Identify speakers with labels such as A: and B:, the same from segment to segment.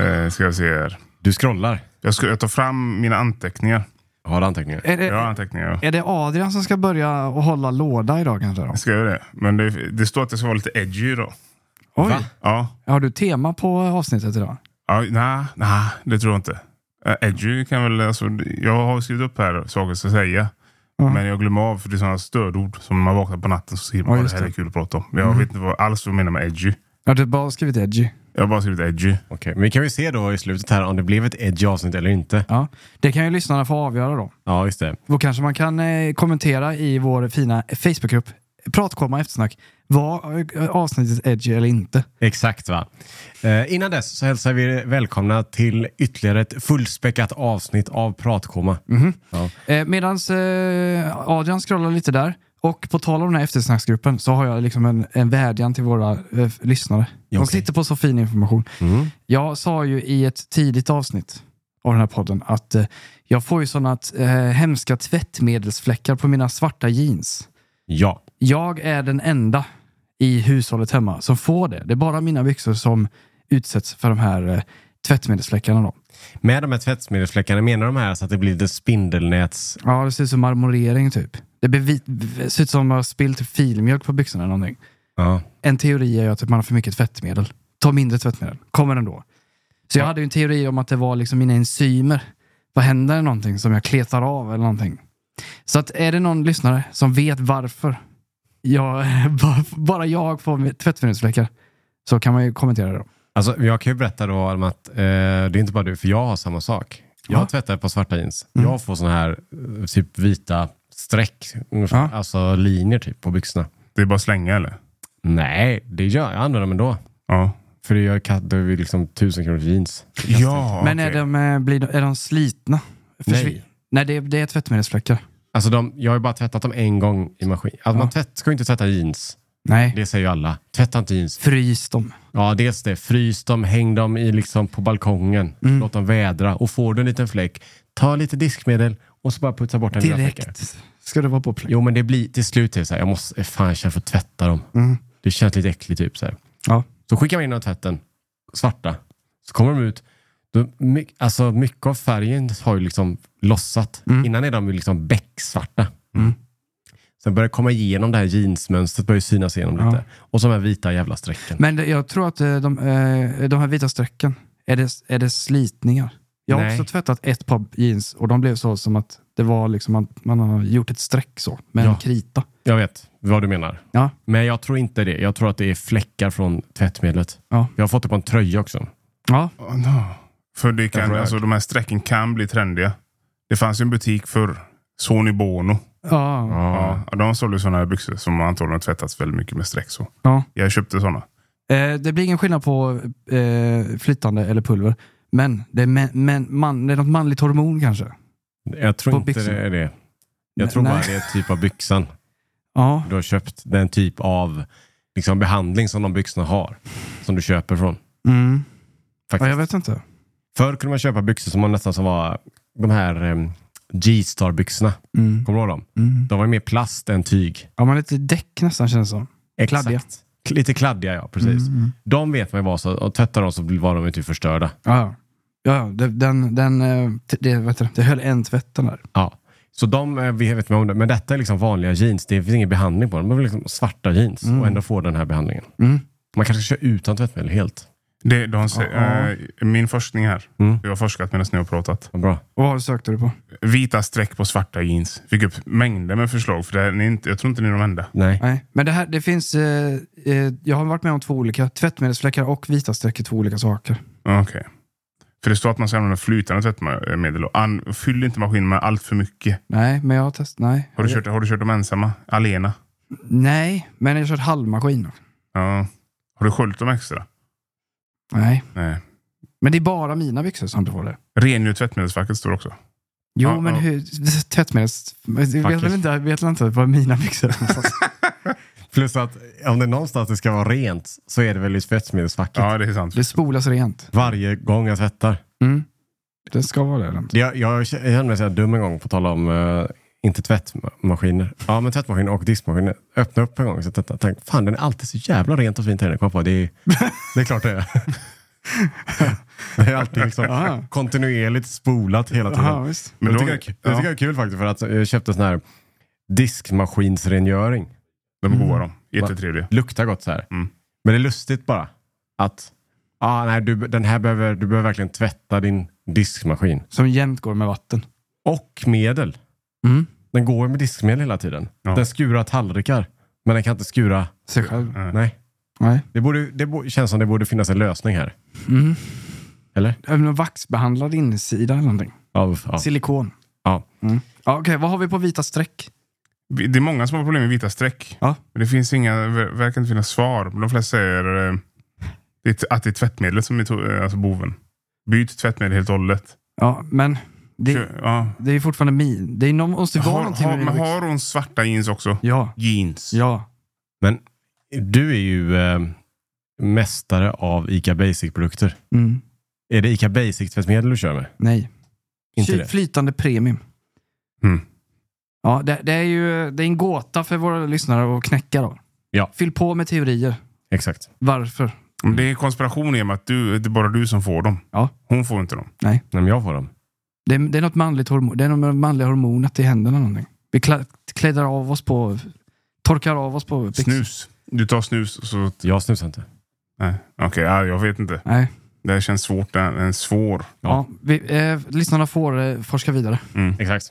A: Eh, ska jag se här.
B: Du scrollar.
A: Jag, ska, jag tar fram mina anteckningar.
B: Har anteckningar.
C: Är det,
A: Jag har anteckningar. ja.
C: är det Adrian som ska börja och hålla låda idag kanske? Då?
A: Jag ska göra det. Men det, det står att jag ska vara lite edgy då.
C: Oj,
A: Ja.
C: har du tema på avsnittet idag?
A: ja Nej, nej, det tror jag inte. Eh, edgy kan väl... Alltså, jag har skrivit upp här saker jag ska säga. Men jag glömmer av för det är sådana stödord som när man vaknar på natten så skriver man
C: Ja,
A: vad det
C: just
A: här
C: det. Mm.
A: är kul att prata om. Jag vet inte vad, alls vad jag menar med edgy.
C: Ja, du har typ bara skrivit edgy.
A: Jag har bara skrivit edgy.
B: Okej, men vi kan ju se då i slutet här om det blev ett edgy avsnitt eller inte.
C: Ja. Det kan ju lyssnarna få avgöra då.
B: Ja, just det.
C: Då kanske man kan eh, kommentera i vår fina Facebookgrupp, Pratkomma eftersnack, var eh, avsnittet edgy eller inte?
B: Exakt va. Eh, innan dess så hälsar vi er välkomna till ytterligare ett fullspäckat avsnitt av Pratkoma. Ja.
C: Eh, Medan eh, Adrian scrollar lite där, och på tal om den här eftersnacksgruppen så har jag liksom en, en vädjan till våra eh, lyssnare. De
B: okej.
C: sitter på så fin information. Jag sa ju i ett tidigt avsnitt av den här podden att eh, jag får ju sådana eh, hemska tvättmedelsfläckar på mina svarta jeans.
B: ja.
C: Jag är den enda i hushållet hemma som får det. Det är bara mina byxor som utsätts för de här eh, tvättmedelsfläckarna. Då.
B: Med de här tvättmedelsfläckarna, menar de här så att det blir lite spindelnäts...
C: Ja, det ser ut som marmorering typ. Det bevi- det ser ut som att man har spillt filmjölk på byxorna eller någonting.
B: Ja.
C: En teori är ju att typ man har för mycket tvättmedel. Ta mindre tvättmedel. Kommer ändå. Så jag hade ju en teori om att det var liksom mina enzymer. Vad händer när någonting som jag kletar av eller någonting? Så att är det någon lyssnare som vet varför jag, bara jag får tvättmedelsfläckar så kan man ju kommentera det då.
B: Alltså, jag kan ju berätta då om att eh, det är inte bara du, för jag har samma sak. Jag
C: Ja. Mm.
B: tvättar ett par svarta jeans. Jag får såna här eh, typ vita streck, ungefär,
C: Ja.
B: alltså linjer typ på byxorna.
A: Det är bara slänga eller?
B: Nej, det gör jag. Jag använder dem ändå.
A: Ja.
B: För det gör katt, det är ju liksom tusen kronor jeans.
A: Ja,
C: Men är
A: okej.
C: de, eh, blir de, är de slitna? Försvin-
B: Nej.
C: Nej, det, är- det är tvättmedelsfläckar.
B: Alltså de, jag har ju bara tvättat dem en gång i maskin. Alltså man tvätt, ska ju inte tvätta jeans.
C: Nej,
B: Det säger ju alla. Tvätta inte jeans.
C: frys dem.
B: Ja, dels det. Frys dem, häng dem i liksom på balkongen.
C: Mm.
B: Låt dem vädra. Och får du en liten fläck, ta lite diskmedel och så bara putsa bort den lilla fläcken.
C: Direkt ska det vara på plats.
B: Jo, men det blir till slut till så här, jag måste, fan jag känner för att tvätta dem.
C: Mm.
B: Det känns lite äckligt typ så här.
C: Ja.
B: Så skickar man in dem i tvätten, svarta. Så kommer de ut, då, my, alltså mycket av färgen har ju liksom lossat.
C: Mm.
B: Innan är de ju liksom becksvarta. Sen börjar det komma igenom det här jeansmönstret, börjar ju synas igenom
C: Ja.
B: lite. Och så de här vita jävla strecken.
C: Men det, jag tror att eh, de, eh, de här vita strecken, är det, är det slitningar? Jag har
B: Nej.
C: också tvättat ett par jeans och de blev så som att det var liksom att man har gjort ett streck så, med
B: Ja.
C: en krita.
B: Jag vet vad du menar.
C: Ja.
B: Men jag tror inte det. Jag tror att det är fläckar från tvättmedlet.
C: Ja.
B: Jag har fått det på en tröja också.
C: Ja.
A: Oh, no. För det
B: tror
A: kan,
B: jag.
A: alltså, de här strecken kan bli trendiga. Det fanns ju en butik för Sony Bono.
C: Ja.
B: Ja.
A: Ja, de sålde sådana här byxor som antagligen tvättats väldigt mycket med streck. Så.
C: ja.
A: Jag köpte sådana.
C: Eh, det blir ingen skillnad på eh, flytande eller pulver. Men det är, men, men, man, det är något manligt hormon kanske.
B: Jag tror
C: På
B: inte
C: byxorna.
B: det är det. Jag
C: Nej,
B: tror bara
C: nej.
B: det är typ av byxan.
C: Ja.
B: Du har köpt den typ av liksom, behandling som de byxorna har. Som du köper från.
C: Mm. ja.
B: Faktiskt.
C: Jag vet inte.
B: Förr kunde man köpa byxor som var nästan som var de här em, G-star byxorna.
C: Mm.
B: Kommer du ihåg dem?
C: Mm.
B: De var ju mer plast än tyg.
C: Ja, man är lite däck nästan känns det som. Kladdiga. Mm.
B: Exakt. Lite kladdiga ja, precis. De vet man ju var så, och tvättar de så var de ju typ förstörda.
C: Ja, ja. ja det- den, den, eh, t- det, vet du, det höll en tvätt den där.
B: Ja. Så de eh, vi vet man om det. Men detta är liksom vanliga jeans. Det finns ingen behandling på dem. De är liksom svarta jeans och ändå får den här behandlingen.
C: Mm.
B: Man kanske kör utan tvättmedel helt.
A: Det, de, se-
C: Ja.
A: eh, min forskning här.
B: Mm.
A: Jag har forskat medan ni har pratat.
B: Vad bra.
C: Och vad sökte du på?
A: Vita streck på svarta jeans. Fick upp mängder med förslag. För det här, ni är inte, jag tror inte ni är de enda.
B: Nej.
C: Nej, men det här, det finns... Eh, eh, jag har varit med om två olika. Tvättmedelsfläckar och vita streck är två olika saker.
A: Okej. För det står att man ska använda flytande tvättmedel. Och an, fyll inte maskinen med allt för mycket.
C: Nej, men jag har testat... Nej.
A: Har du, kört, har du kört dem ensamma? Alena?
C: Nej, men jag har kört halvmaskin.
A: Ja. Har du sköljt dem extra?
C: Nej.
A: Nej.
C: Men det är bara mina byxor som inte får det.
A: Rengör tvättmedelsfacket står det också.
C: Jo,
A: Ja,
C: men
A: ja.
C: hur... Tvättmedels... Jag vet väl inte, jag vet väl inte vad mina byxor är någonstans.
B: Plus att om det är någonstans det ska vara rent så är det väl i tvättmedelsfacket.
A: Ja, det är sant.
C: Det spolas rent.
B: Varje gång jag tvättar.
C: Mm. Det ska vara det. eller inte?
B: Det- Jag, jag kände mig så här dum en gång på tal om eh, inte tvättmaskiner. Ja, men tvättmaskiner och diskmaskiner. Öppna upp en gång. Så tänkte, jag, tänk, fan, den är alltid så jävla rent och fint här inne. Kom på, det, är, det är klart det är. Det är alltid liksom
C: Aha.
B: kontinuerligt spolat hela tiden.
C: Aha, visst.
B: Men
A: Men
B: jag
A: då-
B: tycker, det, jag tycker det är kul faktiskt för att eh, jag köpte sån här diskmaskinsrengöring.
A: De
C: Mm.
A: går de. Jättetrevliga.
B: Luktar gott så här.
A: Mm.
B: Men det är lustigt bara att ah, nej, du, den här behöver, du behöver verkligen tvätta din diskmaskin.
C: Som jämt går med vatten.
B: Och medel.
C: Mm.
B: Den går med diskmedel hela tiden.
A: Ja.
B: Den skurar tallrikar. Men den kan inte skura...
C: Sig själv.
A: Nej.
B: Nej.
C: Nej.
B: Det, borde, det bo, känns som det borde finnas en lösning här.
C: Mm.
B: Eller?
C: Även en Vaxbehandlad insida eller någonting.
B: Av, ja.
C: Silikon.
B: Ja.
C: Mm. ja Okej, vad har vi på vita streck?
A: Vi- Det är många som har problem med vita streck.
C: Ja.
A: Men det finns inga, ver- verkar inte finnas svar. Men de flesta säger eh, det är t- att det är tvättmedlet som är to- eh, alltså boven. Byt tvättmedel helt och hållet.
C: Ja, men det,
A: Kö- Ja.
C: det är fortfarande min. Det är någon, måste vara
A: Har,
C: någonting
A: har,
C: med liksom-
A: men
C: mina
A: har hon svarta jeans också?
C: byxor. Ja,
A: Jeans.
C: ja.
B: Men du är ju eh, mästare av ICA Basic-produkter.
C: Mm.
B: Är det ICA Basic-tvättmedel du kör med?
C: Nej.
B: Inte
C: Fly-
B: det.
C: Flytande premium.
A: Mm.
C: Ja, det, det är ju det är en gåta för våra lyssnare att knäcka. Då.
B: Ja.
C: Fyll på med teorier.
B: Exakt.
C: Varför?
A: Men Det är konspiration i och med att du, det är bara du som får dem.
C: Mm. Ja.
A: Hon får inte dem.
B: Nej, men jag får dem.
C: Det är, det är något manligt hormon. Det är något manliga hormonet i händerna. Någonting. Vi kla- kläder av oss på... Torkar av oss på... byxor.
A: Snus. Du tar snus och så...
B: Jag snusar inte.
A: Nej. Okej, ja, jag vet inte.
C: Nej.
A: Det här känns svårt. Det är en svår.
B: Ja.
C: Ja. vi, eh, lyssnarna får eh, forska vidare.
B: Exakt.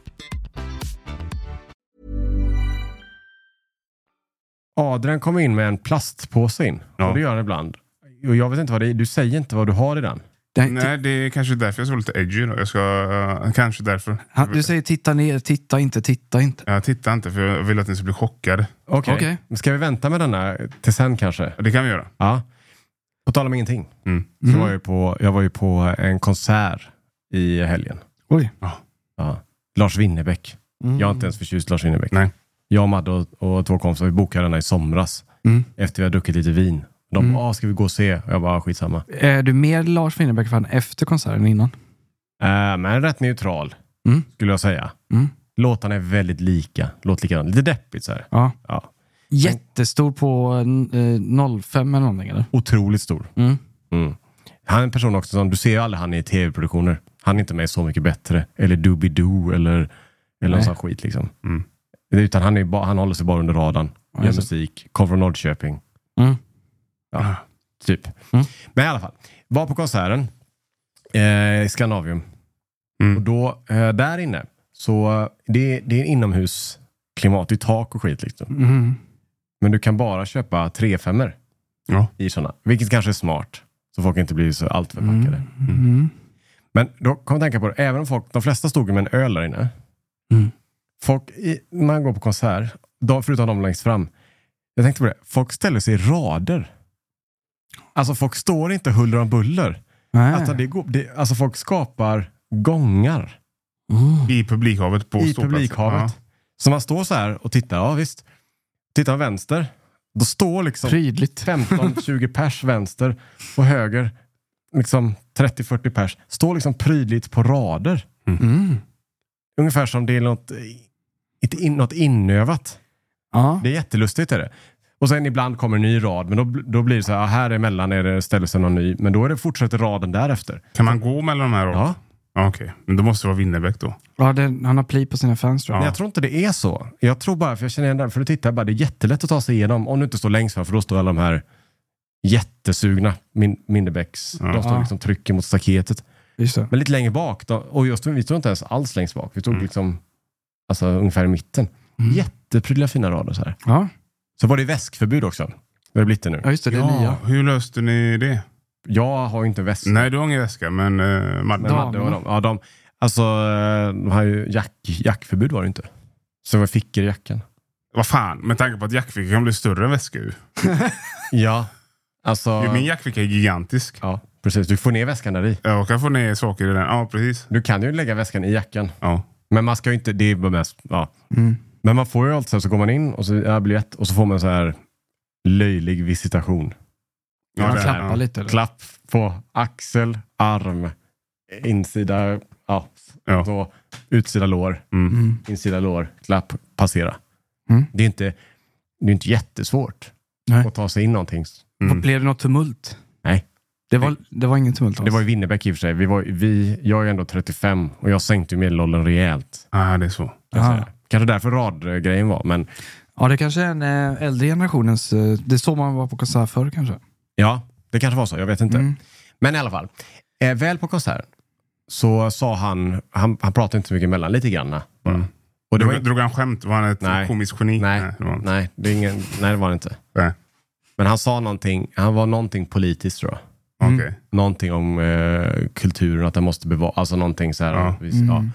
B: Adrian kom in med en plastpåse in.
A: Ja.
B: Och det gör han ibland. Och jag vet inte vad det är. Du säger inte vad du har i den.
C: Den,
A: Nej, det är kanske därför jag ska vara lite edgy. Då. Jag ska, eh, kanske därför.
C: han, du säger titta ner, titta inte, titta inte.
A: Jag tittar inte för jag vill att ni ska bli chockade.
B: Okej.
C: Okej.
B: Men Ska vi vänta med denna till sen kanske?
A: Det kan vi göra.
B: Ja. På tal om ingenting.
A: Mm.
B: Så Var jag, ju på, jag var ju på en konsert i helgen.
C: Oj.
B: Ja. Lars Winnerbäck.
C: Mm.
B: Jag är inte ens förtjust i Lars Winnerbäck.
A: Nej.
B: Jag, Madde och, och två kompisar, vi bokade denna i somras.
C: Mm.
B: Efter vi hade druckit lite vin. De bara, ah, ska vi gå och se? Och jag bara, ah, skitsamma.
C: Är du mer Lars Winnerbäck-fan efter konserten innan?
B: Eh, men rätt neutral,
C: Mm.
B: skulle jag säga.
C: Mm.
B: Låtarna är väldigt lika. Låt likadant. Lite deppigt så här.
C: Ja.
B: Ja.
C: Jättestor på eh, 05 eller någonting eller?
B: Otroligt stor.
C: Mm.
B: Mm. Han är en person också som, du ser ju aldrig han i tv-produktioner. Han är inte med i Så mycket bättre, eller Doobidoo, eller, eller någon
C: Nej.
B: sån skit liksom.
A: Mm.
B: Utan han, är bara, han håller sig bara under radarn.
C: Ja,
B: Gör
C: just det.
B: musik, kom från Norrköping.
C: Mm.
B: Ja, typ.
C: Mm.
B: Men i alla fall, var på konserten eh, i Scandinavium.
A: Mm.
B: Och då, eh, där inne, så eh, det, det är inomhusklimat, det är tak och skit liksom.
C: Mm.
B: Men du kan bara köpa 3 5
A: Ja.
B: i sådana, vilket kanske är smart. Så folk inte blir så alltför packade.
C: Mm.
B: Men då kom jag tänka på det, även om folk, de flesta stod ju med en öl där inne.
C: Mm.
B: Folk, i, när man går på konsert, de, förutom de längst fram, jag tänkte på det, folk ställer sig i rader. Alltså folk står inte huller om buller.
C: Nej.
B: Alltså, det går, det, alltså folk skapar gångar
C: Mm.
A: I publikhavet på
B: i
A: ståplatsen.
B: publikhavet. Så man står så här och tittar, ja visst. Tittar man vänster, då står liksom
C: Prydligt.
B: 15-20 pers vänster och höger, liksom 30-40 pers, står liksom prydligt på rader.
C: Mm.
B: Ungefär som det är något, ett in, något inövat.
C: Ja.
B: Det är jättelustigt. Är det. Och sen ibland kommer en ny rad, men då, bl- då blir det så här, ah, här emellan är det, ställer sig någon ny, men då är det fortsätter raden därefter.
A: Ja. Kan man gå mellan de här? då?
B: Ja,
A: Ja, Okej, men då måste det vara Winnerbäck då.
C: Ja, den, han har pli på sina fans tror jag.
B: Men jag tror inte det är så. Jag tror bara, för jag känner igen det, här, för du tittar bara, det är jättelätt att ta sig igenom. Om du inte står längst fram, för då står alla de här jättesugna min, Minderbäcks.
A: Ja.
B: De står liksom trycker mot staketet.
C: Just det.
B: Men lite längre bak, då, och just vi stod inte ens alls längst bak. Vi stod
A: Mm.
B: liksom alltså, ungefär i mitten.
C: Mm.
B: Jätteprydliga fina rader så här.
C: Ja,
B: Så var det väskförbud också. Det har blivit det nu.
C: ja just det. Det är nya.
A: hur löste ni det?
B: Jag har ju inte väsk.
A: Nej, du har ingen väska, men eh, Madde.
B: Men
C: Damerna.
B: Madde och de, ja, de, alltså, eh, de har ju jack, jackförbud var det inte. Så det var fickor i jackan.
A: Vad fan, med tanke på att jackfickan kan bli större än väska ju.
B: Ja, alltså.
A: Ju, Min jackficka är gigantisk.
B: Ja, precis. Du får ner väskan där i.
A: Jag kan få ner saker i den. Ja, precis.
B: Du kan ju lägga väskan i jackan.
A: Ja.
B: Men man ska ju inte, det är bara mest, ja.
C: Mm.
B: Men man får ju allt så, här, så går man in och så är biljett och så får man så här löjlig visitation.
A: Ja,
C: han
A: det-
C: klappar
A: ja.
C: lite. Eller?
B: Klapp på axel, arm, insida, ja,
A: Ja.
B: så, utsida lår,
A: Mm.
B: insida lår, klapp, passera.
C: Mm.
B: Det är inte, det är inte jättesvårt
C: Nej.
B: att ta sig in någonting.
A: Mm.
C: Blev det något tumult?
B: Nej.
C: Det var, det var ingen tumult alls?
B: Det var i Winnerbäck i och för sig. Vi var, vi, jag är ändå 35 och jag sänkte ju medelåldern rejält.
A: Ah, det är så.
B: Kan jag
C: Ah.
B: säga. Kanske därför radgrejen var, men
C: Ja, det kanske är en eh, äldre generationens... eh, Det är så man var på konsert förr kanske.
B: ja, det kanske var så. Jag vet inte.
C: Mm.
B: Men i alla fall, eh, väl på konserten så sa han, han, han pratade inte så mycket emellan, lite grann. bara.
A: Mm.
B: Och det
A: drog,
B: var inte,
A: drog han skämt? Var han ett
B: Nej.
A: komiskt geni?
B: nej,
A: det var han inte.
B: nej, det är ingen, nej, det var det inte.
A: Nej.
B: Men han sa någonting, han var någonting politiskt tror jag.
A: Okej.
B: Någonting om eh, kulturen, att den måste bevaras, alltså någonting så här.
A: Ja.
B: Vi, ja.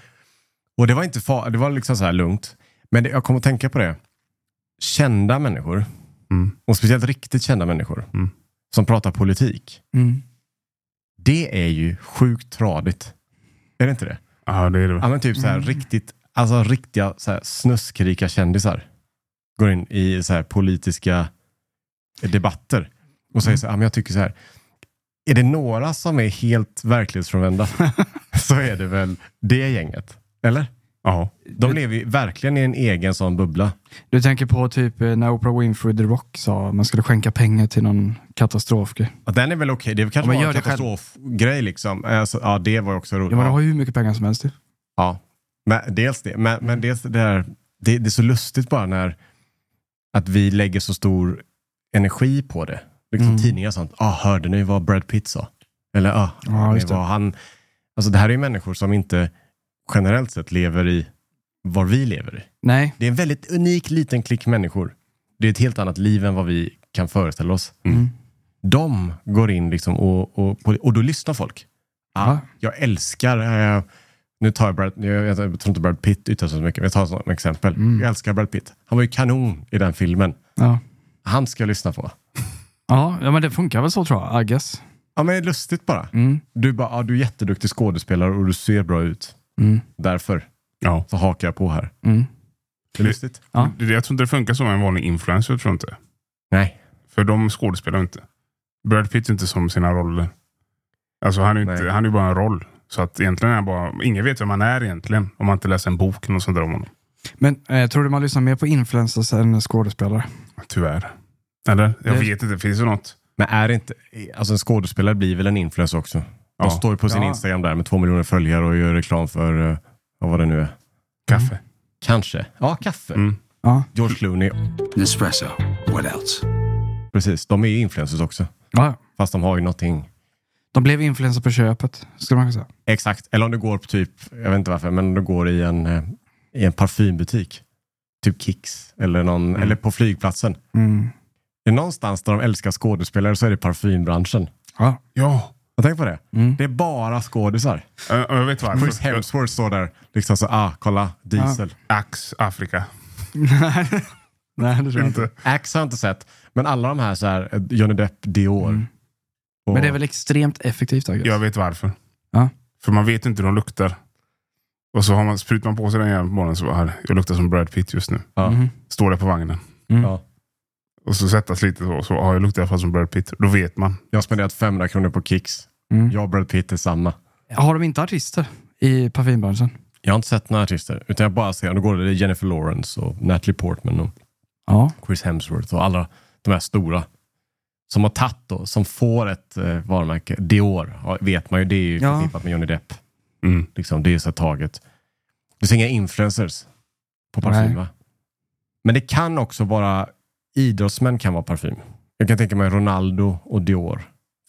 B: Och det var inte far, det var liksom så här lugnt. Men det, jag kommer att tänka på det. Kända människor,
A: Mm.
B: och speciellt riktigt kända människor,
A: Mm.
B: som pratar politik.
C: Mm.
B: Det är ju sjukt tradigt. Är det inte det?
A: Ja, det är det.
B: Ja, men typ så här
C: Mm.
B: riktigt, alltså riktiga så här, snuskrika kändisar går in i så här politiska debatter och
C: Mm.
B: säger så här, ja, men jag tycker så här. Är det några som är helt verklighetsfrånvända så är det väl det gänget. Eller?
A: Ja.
B: De lever ju verkligen i en egen sån bubbla.
C: Du tänker på typ eh, när Oprah Winfrey The Rock sa att man skulle skänka pengar till någon katastrofgrej.
B: Och den är väl okej, det kanske
C: Ja, men
B: var
C: gör
B: en
C: det själv.
B: katastrofgrej liksom. Alltså, ja, det var ju också roligt.
C: Ja, men de har ju hur mycket pengar som helst. ju.
B: Ja, men dels det. Men, men dels det där, det, det är så lustigt bara när att vi lägger så stor energi på det. Liksom
C: Mm.
B: Tidningar och sånt. Ah, hörde ni vad Brad Pitt sa? Eller ah,
C: Ja,
B: hörde ni
C: just det.
B: vad han... Alltså det här är ju människor som inte generellt sett lever i var vi lever i.
C: Nej,
B: Det är en väldigt unik liten klick människor. Det är ett helt annat liv än vad vi kan föreställa oss.
C: Mm.
B: De går in liksom och, och, och då lyssnar folk.
C: Ja.
B: Jag älskar, eh, nu tar jag Brad, jag, jag tror inte Brad Pitt yttrar sig så mycket, men jag tar som exempel. Jag älskar Brad Pitt. Han var ju kanon i den filmen.
C: ja.
B: Han ska jag lyssna på.
C: Ja, ja, men det funkar väl så tror jag. I guess.
B: Ja, men det är lustigt bara.
C: Mm.
B: Du, bara ja, du är jätteduktig skådespelare och du ser bra ut.
C: Mm.
B: Därför
A: ja.
B: så hakar jag på här.
C: Mm.
B: Det är lustigt.
C: Ja.
A: Det- Jag tror inte det funkar som en vanlig influencer, tror jag inte.
B: Nej.
A: För de skådespelar ju inte. Brad Pitt är inte som sina roller. Alltså han är ju inte,
B: Nej.
A: han är ju bara en roll. Så att egentligen är han bara, ingen vet vem han är egentligen. Om man inte läser en bok eller något sånt där om honom.
C: Men eh, tror du man lyssnar mer på influencers än skådespelare?
A: Tyvärr. Eller? Jag
C: Det-
A: vet inte, finns det något?
B: Men är det inte, alltså en skådespelare blir väl en influencer också? De
A: Ja.
B: står ju på sin
C: Ja.
B: Instagram där med två miljoner följare och gör reklam för, eh, ja, vad det nu är.
A: Kaffe.
B: Kanske. Ja, kaffe.
A: Mm.
C: Ja.
B: George Clooney.
D: Nespresso. What else?
B: Precis, de är ju influencers också.
C: ja.
B: Fast de har ju någonting.
C: De blev influencers på köpet, skulle man kunna säga.
B: Exakt. Eller om du går på typ, jag vet inte varför, men om du går i en, eh, i en parfymbutik. Typ Kicks. Eller, någon, eller på flygplatsen.
C: Mm.
B: Det är någonstans där de älskar skådespelare så är det parfymbranschen.
C: Ja.
A: Ja.
B: Jag tänker på det.
C: Mm.
B: Det är bara skådisar.
A: Ö, ö, Jag vet varför.
B: Chris Hemsworth står där. Liksom så, ah, kolla, diesel.
A: Ax Afrika.
C: Nej, det tror jag inte.
A: Inte.
B: Axe har jag inte sett. Men alla de här, så här eh, Johnny Depp, Dior. Och,
C: Mm. Men det är väl extremt effektivt? I guess.
A: Jag vet varför.
C: Ja.
A: För man vet inte hur de luktar. Och så har man, sprutar man på sig den jävla på morgonen så bara, "Här, jag luktar som Brad Pitt just nu.
B: ja,
C: Mhm.
A: Står där på vagnen.
C: Mm.
B: ja.
A: Och så sättas lite så, så ja, jag luktar i alla fall som Brad Pitt. Då vet man.
B: Jag har spenderat 500 kronor på Kicks.
C: Mm.
B: Jag och Brad Pitt är samma.
C: Har de inte artister i parfymbranschen?
B: Jag har inte sett några artister, utan jag bara ser, nu går det Jennifer Lawrence och Natalie Portman och
C: Ja.
B: Chris Hemsworth och alla de här stora. Som har tagit då, som får ett eh, varumärke. Dior ja, vet man ju, det är ju
C: Ja.
B: förknippat med Johnny Depp.
A: Mm.
B: Liksom, det är så taget. Du ser inga influencers på parfym
C: Nej.
B: va? Men det kan också vara idrottsmän kan vara parfym. Jag kan tänka mig Ronaldo och Dior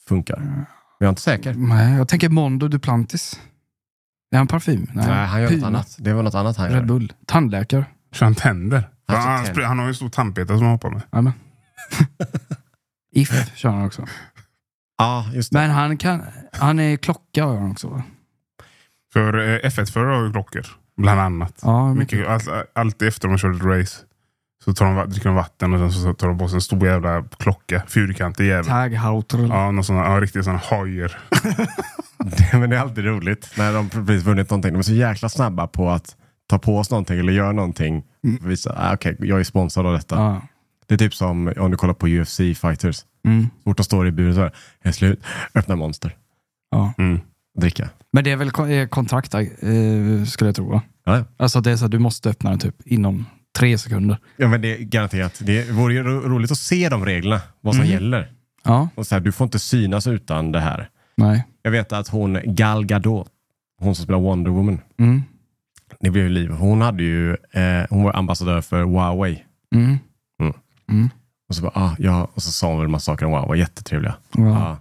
B: funkar.
C: Mm.
B: Men jag är inte säker.
C: Nej, jag tänker Mondo Duplantis. Är han parfym?
B: Nej, han gör något
C: Puma.
B: annat. Det var något annat han
C: Red
B: gör.
C: Bull. Tandläkare.
A: Så han tänder. Han,
B: Han har
A: han,
B: tänder.
A: spr- han har ju en stor tandpetare som han hoppar med.
C: Jajamän. If kör han också.
B: Ja, just det.
C: Men han, kan, han är klocka har han också va?
A: För eh, F1-förare har ju klockor. Bland annat.
C: Ja, mycket.
A: Mycket, all, alltid efter de kör ett race så tar de, va- dricker de vatten och sen så tar de på sig en stor jävla klocka. Fyrkantig jävel.
C: Tag Hauter.
A: Ja, någon sån, ja, riktigt sån hojer.
B: Men det är alltid roligt när de precis vunnit någonting. De är så jäkla snabba på att ta på oss någonting eller göra någonting. Visa, ah, okej, jag är sponsrad av detta.
C: Mm. Ja.
B: Det är typ som om du kollar på UFC-fighters.
C: Mm.
B: Så fort de står i buren så här, jag är slut, öppna monster,
C: Ja.
A: Mm.
B: dricka.
C: Men det är väl ko- eh, kontrakt eh, skulle jag tro va?
B: Ja,
C: Alltså att det är så att du måste öppna den typ inom tre sekunder.
B: ja men det är garanterat. Det vore ju ro- roligt att se de reglerna, vad
C: Mm.
B: som gäller.
C: Ja,
B: Och så här, du får inte synas utan det här.
C: nej.
B: Jag vet att hon Gal Gadot, hon som spelar Wonder Woman,
C: Mm.
B: det blev ju liv. Hon, hade ju, eh, hon var ambassadör för Huawei.
C: Mm.
B: Och så, bara, ah, ja. och så sa hon väl en massa saker om Huawei, jättetrevliga.
C: Ja.
B: Ja.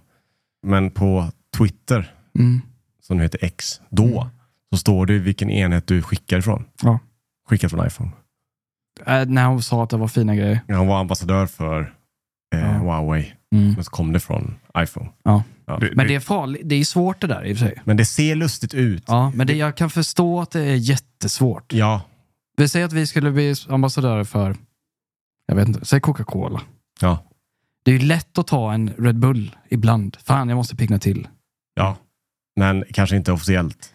B: Men på Twitter,
C: Mm.
B: som nu heter X, då så står det vilken enhet du skickar ifrån.
C: Ja.
B: Skickad från iPhone.
C: Äh, när hon sa att det var fina grejer.
B: Ja, Hon var ambassadör för eh,
C: Ja.
B: Huawei,
C: Mm.
B: men så kom det från iPhone.
A: Det,
C: Men
A: det-
C: det är farligt. Det är svårt det där i och för sig.
B: Men det ser lustigt ut.
C: Ja, men det, jag kan förstå att det är jättesvårt.
B: Ja,
C: Vi säger att vi skulle bli ambassadörer för, jag vet inte, säg Coca-Cola.
B: ja,
C: Det är ju lätt att ta en Red Bull ibland. Fan, jag måste pickna till.
B: ja. Men kanske inte officiellt.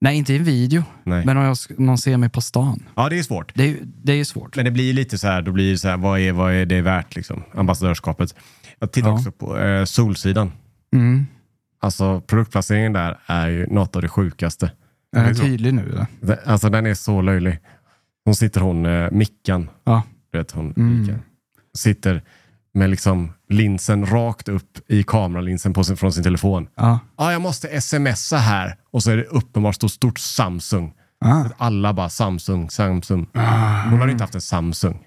C: Nej, inte i en video,
B: Nej.
C: men om jag, sk- någon ser mig på stan.
B: Ja, det är svårt.
C: Det är ju det är ju svårt.
B: Men det blir lite så här, då blir det så här, vad är, vad är det värt liksom? Ambassadörskapet. Jag tittar
C: Ja.
B: också på eh, Solsidan.
C: Mm.
B: Alltså produktplaceringen där är ju något av det sjukaste.
C: Är
A: Det är
C: den
A: så.
C: tydlig nu? Eller?
B: Det- Alltså den är så löjlig. Hon sitter hon, eh, Mickan,
C: Ja.
B: du vet hon
C: Mm.
B: Mickan, sitter med liksom linsen rakt upp i kameralinsen på sin, från sin telefon.
C: Ja.
B: Ja, jag måste smsa här. Och så är det uppenbart stort, stort Samsung.
C: Ah.
B: Alla bara Samsung, Samsung. Hon har ju inte haft en Samsung.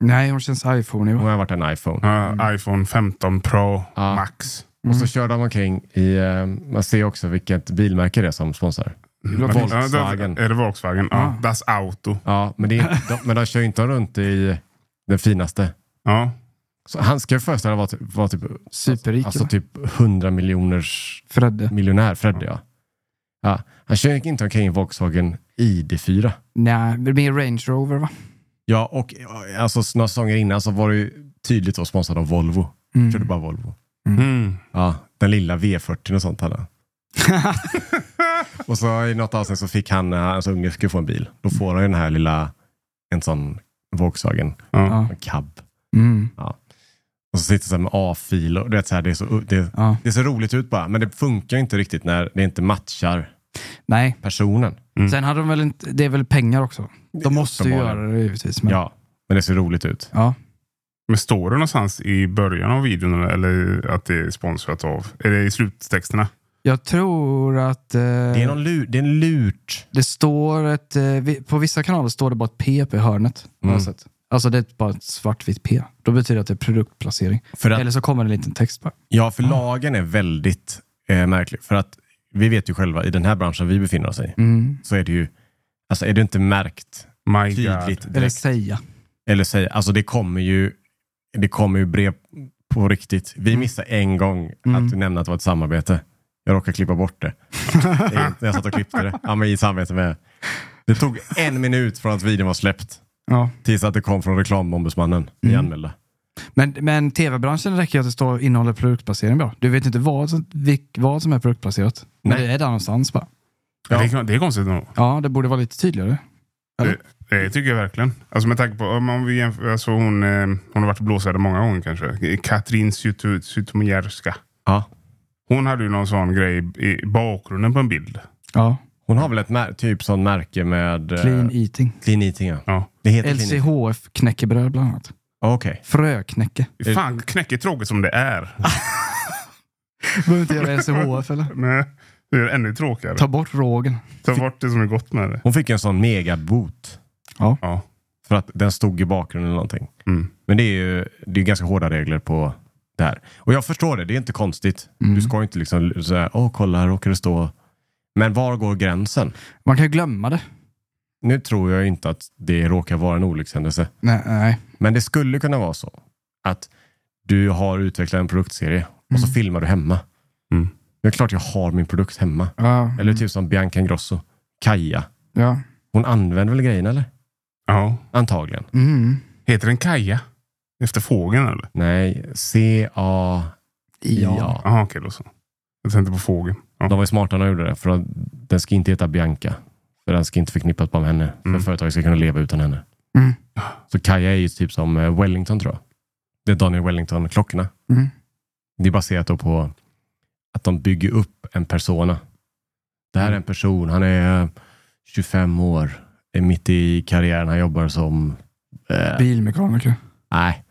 C: Nej, hon känns iPhone.
B: Hon
C: ju.
B: har varit en iPhone.
A: Ja, iPhone 15 Pro
B: Ja.
A: Max.
B: Och
C: Mm.
B: så kör de omkring i, eh, man ser också vilket bilmärke det är som sponsrar. Volkswagen.
A: Ja, det- Är det Volkswagen? Ja. Das Auto.
B: Ja, men, det är, de, men de kör ju inte runt i den finaste.
A: Ja.
B: Så han ska ju föreställa vara typ, var typ,
C: Superrik.
B: alltså
C: va?
B: typ 100 miljoners
C: Fredde.
B: miljonär, Fredde ja. ja. Han kör ju inte omkring i Volkswagen ID4.
C: Nej, det blir Range Rover va?
B: Ja, och eh, alltså, några säsonger innan så var det ju tydligt då sponsrad av Volvo.
C: Mm.
B: Körde bara Volvo.
A: Mm.
B: Ja, den lilla V40 och sånt hade han. och så i något avsnitt så fick han, eh, hans unge skulle få en bil. Då får han ju den här lilla, en sån Volkswagen,
A: Ja.
C: Ja.
B: en cab.
C: Mm.
B: Och så sitter han med A-fil och du vet, så här, det, är så, det,
C: Ja.
B: det ser roligt ut bara. Men det funkar ju inte riktigt när det inte matchar
C: Nej,
B: personen.
C: sen hade de väl inte, det är väl pengar också. De måste ju
B: Mm. uppenbarligen.
C: göra det givetvis. Men,
B: Ja, men det ser roligt ut.
C: ja.
A: Men står det någonstans i början av videon eller att det är sponsrat av? Är det i sluttexterna?
C: Jag tror att eh,
B: Det är,
C: det,
B: någon lur, det är en lurt.
C: står ett, eh, vi- på vissa kanaler står det bara ett P på hörnet. har jag
B: Mm.
C: sett. Alltså det är bara ett svartvitt P. Då betyder det att det är produktplacering.
B: För att,
C: Eller så kommer det en liten text bara.
B: ja, för lagen är väldigt eh, märklig. För att vi vet ju själva, i den här branschen vi befinner oss i,
C: Mm.
B: så är det ju, alltså är det inte märkt
A: My God.
B: tydligt
C: Eller
B: direkt,
C: säga.
B: eller säga, alltså det kommer ju, det kommer ju brev på riktigt. Vi missade en gång att du nämnde att det var ett samarbete. Jag råkade klippa bort det. Det är- När jag satt och klippte det. Ja, men i samarbete med. Det tog en minut från att videon var släppt
C: Ja.
B: tills att det kom från reklamombudsmannen. Vi anmälde.
C: Men, men tv-branschen räcker ju att det står innehåller produktplacering bara. Du vet inte vad som, vilk, vad som är produktplacerat. Men
B: Nej.
C: det är där någonstans bara.
A: Ja. Det, är, det är konstigt nog.
C: Ja, det borde vara lite tydligare.
A: Det, det tycker jag verkligen. Alltså med tanke på, om man vill jämföra, alltså hon, eh, hon har varit blåsare många gånger kanske. Katrin Zytu- Zytomierska.
B: Ja.
A: Hon hade ju någon sån grej i i bakgrunden på en bild.
C: Ja,
B: Hon har väl ett mär- typ sån märke med... eh,
C: clean eating.
B: clean Eating, ja.
A: Ja.
B: Det heter Clean Eating.
C: LCHF knäckebröd bland annat.
B: Okej.
C: Fröknäcke.
A: Fan, Ah. knäcketråkigt som det är.
C: Du behöver inte göra LCHF eller?
A: Nej, Det gör det ännu tråkigare.
C: Ta
A: Ta,
C: bort rågen.
A: bort det som är gott med det.
B: Hon fick ju en sån megaboot.
A: Ja.
B: För att den stod i bakgrunden eller någonting.
A: Mm.
B: Men det är ju det är ganska hårda regler på det här. Och jag förstår det, det är inte konstigt.
A: Mm.
B: Du ska ju inte liksom såhär, åh kolla här råkar det stå. Men var går gränsen?
C: Man kan ju glömma det.
B: Nu tror jag inte att det råkar vara en olyckshändelse.
C: Nej, nej.
B: Men det skulle kunna vara så att du har utvecklat en produktserie och så filmar du hemma.
A: Mm.
B: Det är klart jag har min produkt hemma.
C: Ja,
B: Eller typ som Bianca Ingrosso, Kaja.
C: ja.
B: Hon använder väl grejen eller?
A: ja.
B: Antagligen.
C: Mm.
A: Heter den Kaja? Efter fågeln eller?
B: Nej, C-A...
C: Ja.
A: Jaha, okej då så. Jag tänkte på fågeln. Ja.
B: De var ju smarta när de gjorde det. För att den ska inte heta Bianca. För den ska inte förknippas med henne. För
A: Mm.
B: företaget ska kunna leva utan henne.
C: Mm.
B: Så Kaja är ju typ som eh, Wellington tror jag. Det är Daniel Wellington-klockorna.
C: Mm.
B: Det är baserat då på att de bygger upp en persona. Det här är en person, han är eh, 25 år, är mitt i karriären, han jobbar som... eh,
C: Bilmekaniker.
B: Nej.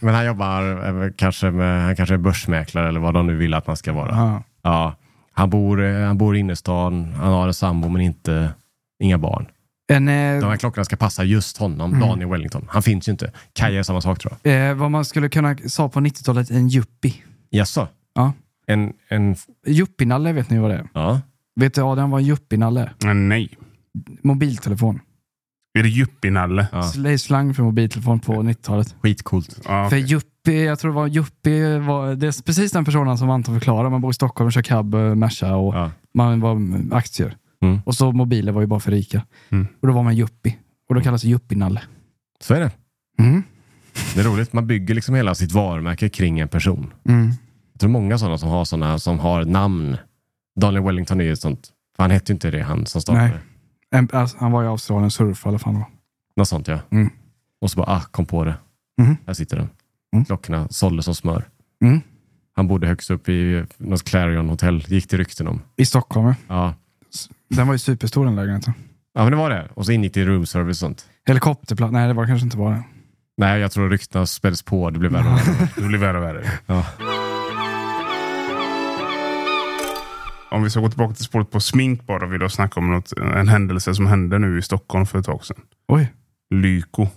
B: Men han jobbar eh, kanske med, han kanske är börsmäklare eller vad de nu vill att man ska vara.
C: Ja.
B: Ja. Han bor, eh, han bor i innerstan, han har en sambo men inte, inga barn.
C: En,
B: De
C: eh,
B: här klockorna ska passa just honom,
C: Mm.
B: Daniel Wellington. Han finns ju inte. Kaja är samma sak tror jag.
C: eh, vad man skulle kunna sa på 90-talet, en yuppie.
B: Jaså?
C: Ja.
B: En, en,
C: Yuppinalle vet ni vad det är?
B: ja.
C: Vet du Adrian vad en yuppinalle är?
A: Men nej.
C: Mobiltelefon.
A: Är det djupinalle?
B: Ja.
C: Sl- Slang för mobiltelefon på 90-talet.
B: Skitcoolt.
A: Ja,
C: För
A: okej.
C: yuppie, jag tror det var yuppie, var, det är precis den personen som Anton förklarar. Man bor i Stockholm och kör cab, eh, Merca och
B: Ja.
C: man var mm, aktier.
B: Mm.
C: Och så mobiler var ju bara för rika.
A: Mm.
C: Och då var man yuppie. Och då kallas det yuppinalle.
B: Så är det.
C: Mm.
B: Det är roligt. Man bygger liksom hela sitt varumärke kring en person.
C: Mm.
B: Jag tror många sådana som har sådana som har namn. Daniel Wellington är ju ett sånt. För han hette ju inte det han som startade.
C: Nej. En, alltså, han var i Australien, surfade eller vad fan det var.
B: Något sånt ja.
C: Mm.
B: Och så bara, ah, kom på det.
C: Mhm.
B: Här sitter den.
C: Mm.
B: Klockorna sålde som smör.
C: Mm.
B: Han bodde högst upp i något Clarion hotell, gick det rykten om.
C: I Stockholm, ja.
B: Ja.
C: Den var ju superstor den lägenheten.
B: ja, men det var det. Och så ingick det i room service och sånt.
C: Helikopterplats, nej det var kanske inte bara det.
B: Nej, jag tror ryktena späddes på. Det blev värre och värre.
A: Det blir värre och värre.
B: Ja.
A: Om vi ska gå tillbaka till spåret på smink bara vill jag snacka om något, en händelse som hände nu i Stockholm för ett tag sedan.
C: Oj,
A: Lyko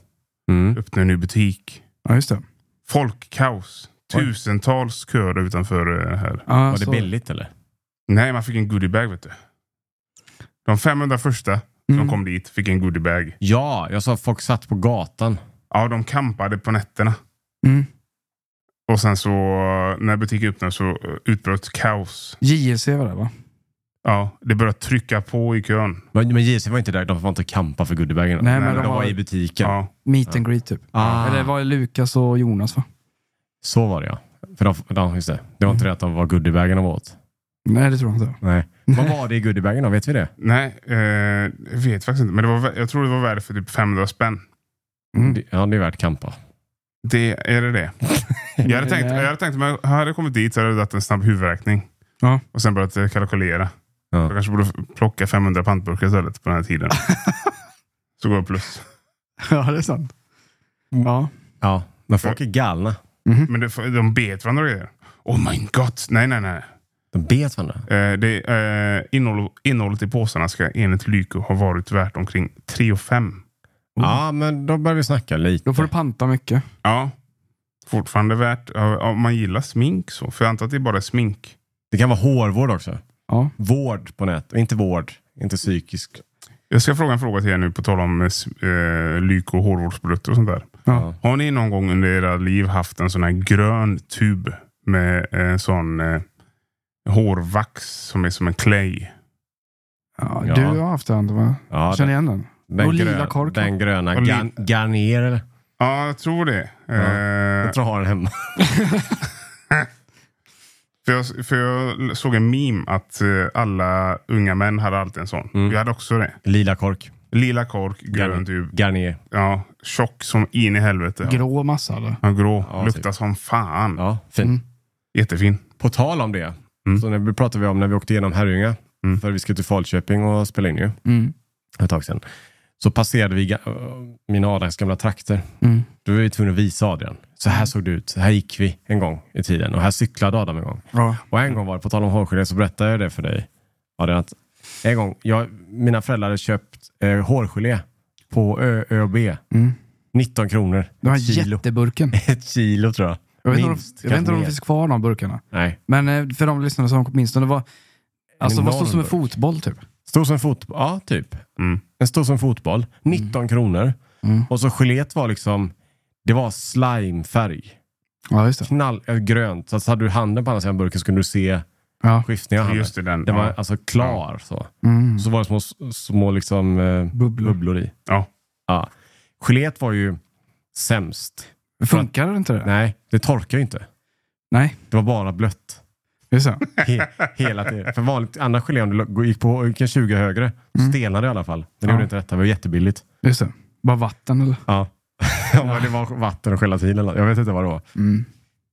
B: Mm.
A: öppnar en ny butik.
C: ja just det.
A: Folkkaos. Tusentals köer utanför eh, här.
C: Ja,
B: Var det
C: så-
B: billigt eller?
A: Nej, man fick en goodiebag vet du. De 500 första som
C: Mm.
A: kom dit fick en goodiebag.
B: Ja, jag sa att folk satt på gatan.
A: Ja, de kampade på nätterna.
C: Mm.
A: Och sen så när butiken öppnade så eh, utbröt kaos.
C: JLC var det va?
A: Ja, det började trycka på i kön.
B: Men, men JC var inte där. De var inte kampa för goodiebagen.
C: Nej,
A: men
B: de,
A: de
B: var
C: har-
B: i butiken.
A: Ja.
C: Meet and greet typ.
B: Ah.
C: Eller var det Lukas och Jonas va?
B: Så var det ja. För de, ja, just det. det var inte det att de var goodiebagen de åt.
C: Nej det tror jag inte.
B: Nej. Vad var det i goodiebagen då? Vet vi det?
A: Nej, eh, jag vet faktiskt inte. Men det var, vä- jag tror det var värde för typ 500 spänn.
C: Mm.
B: Det- Ja, det är värt kampa.
A: Det, är det det? Jag hade tänkt, jag hade tänkt om jag hade kommit dit så hade jag dragit en snabb huvudräkning.
C: Ja.
A: Och sen börjat eh, kalkylera.
B: Ja.
A: Jag kanske borde f- plocka 500 pantburkar istället på den här tiden. så går jag plus.
C: ja det är sant. Ja.
B: Ja, men folk är galna.
A: Men det, de bet varandra och grejer. Oh my god! Nej, nej, nej.
B: De bet varandra.
A: Eh, det, eh, innehåll, innehållet i påsarna ska enligt Lyko ha varit värt omkring 3 5.
B: Ja, men då börjar vi snacka lite.
C: Då får du panta mycket.
A: Ja. Fortfarande värt, ja, om man gillar smink så. För jag antar att det är bara smink.
B: Det kan vara hårvård också.
C: Ja.
B: Vård på nätet. Inte vård. Inte psykisk.
A: Jag ska fråga en fråga till er nu på tal om eh, s- eh, lyko och hårvårdsprodukter och sånt där.
B: Ja.
A: Har ni någon gång under era liv haft en sån här grön tub med en sån eh, hårvax som är som en clay?
C: Ja,
B: Ja.
C: Du har haft den va?
B: Ja,
C: Känner
B: den,
C: igen den?
B: den,
C: och lila
B: grö-
C: kork,
B: den
C: va?
B: gröna.
A: Och li-
B: Garn, garnier eller?
A: Ja, jag tror det. Eh,
B: Jag tror jag har den hemma.
A: för, jag, för jag såg en meme att eh, alla unga män hade alltid en sån.
B: Mm.
A: Vi hade också det.
B: Lila kork.
A: Lila kork, grön typ.
B: Garn-
A: tub.
B: Garnier.
A: Ja, tjock som in i helvete.
C: Grå massa eller?
A: Ja, grå.
B: Ja,
A: Luktar
B: typ.
A: som fan.
B: Ja, fin.
C: Mm.
A: Jättefin.
B: På tal om det.
A: Mm.
B: Så när vi pratade vi om när vi åkte igenom Herrljunga.
A: Mm.
B: För vi skulle till Falköping och spela in ju.
C: Mm.
B: Ett tag sedan. Så passerade vi ga- äh, mina Adams gamla trakter.
C: Mm.
B: Då var vi tvungna att visa Adrian. Så här såg det ut. Så här gick vi en gång i tiden och här cyklade Adam en gång.
C: Ja.
B: Och en gång var det, på tal om hårgelé, så berättade jag det för dig. Adrian, att en gång, jag, mina föräldrar hade köpt eh, hårgelé på Ö, ÖB. 19 kronor.
C: Den Mm. här
B: Ett kilo.
C: jätteburken.
B: Ett kilo tror jag.
C: Jag vet inte om
B: Minst,
C: de, jag vet inte
B: kanske
C: om de
B: mer.
C: finns kvar de burkarna.
B: Nej.
C: Men eh, för de lyssnare som kom minst, det var alltså, vad stod
B: enorm
C: som en
B: burk.
C: fotboll typ.
B: Stor som fotboll. Ja, typ.
A: Mm.
B: En stor som fotboll. 19 kronor. Och så gelet var liksom, det var slimefärg.
C: Ja, just det.
B: Knall, äh, grönt. Så, att hade du handen på andra sidan burken så kunde du se
C: Ja.
B: skiftningen av handen.
A: Just det, den,
B: var
A: ja. Mm.
B: alltså klar. Så. så var det små, små liksom, eh,
C: Bubblor.
B: bubblor. i.
A: Ja.
B: Ja. Gelet var ju sämst.
C: Funkar det inte det?
B: Nej, det torkar ju inte.
C: Nej.
B: Det var bara blött.
C: Just det.
B: He- hela tiden. För vanligt, annars gelé, om du lo- gick på gick en 20 högre,
A: Mm.
B: stelnade i alla fall. Men det gjorde inte detta, det var jättebilligt.
C: Just det. Bara vatten eller?
B: Ja. Ja, men det var vatten och gelatin eller något. Jag vet inte vad det var.
C: Mm.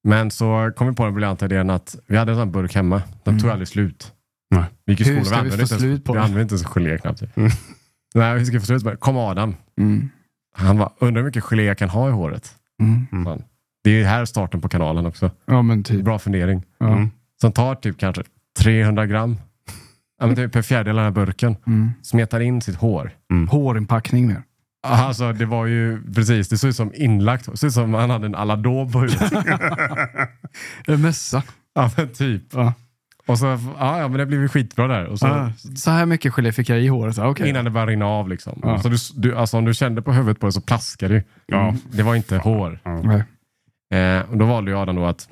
B: Men så kom vi på den briljanta idén att vi hade en sån här burk hemma. Den tog aldrig slut.
A: Nej.
B: Vi gick i
C: Mm. Hur
B: skolan,
C: ska
B: vi
C: vi
B: använde,
C: få
B: inte ens,
C: slut på Mm.
B: vi
C: den?
B: använde inte ens gelé knappt. Nej, hur ska vi få slut på det? Kom Adam.
C: Mm.
B: Han bara, undrar hur mycket gelé jag kan ha i håret.
C: Mm.
B: sa han. Det är ju här starten på kanalen också.
C: Ja, men typ.
B: Bra fundering.
C: Ja.
A: Mm.
B: Som tar typ kanske 300 gram. Ja, men typ en fjärdedel av den här burken.
C: Mm.
B: Smetar in sitt hår.
C: Hårinpackning mer.
B: Alltså det var ju precis, det såg ut som inlagt. Det såg ut som han hade en aladåb på huvudet.
C: En mössa.
B: ja men typ.
C: Ja.
B: Och så, ja, ja men det blev ju skitbra där. Och så,
C: Ah, så här mycket gelé fick jag i håret. Ah, Okej.
B: Innan det började rinna av liksom.
C: Ja.
B: Så du, du, alltså om du kände på huvudet på det så plaskade det ju.
A: Ja.
B: Det var inte hår.
C: Nej.
B: Eh, och då valde ju Adam då att,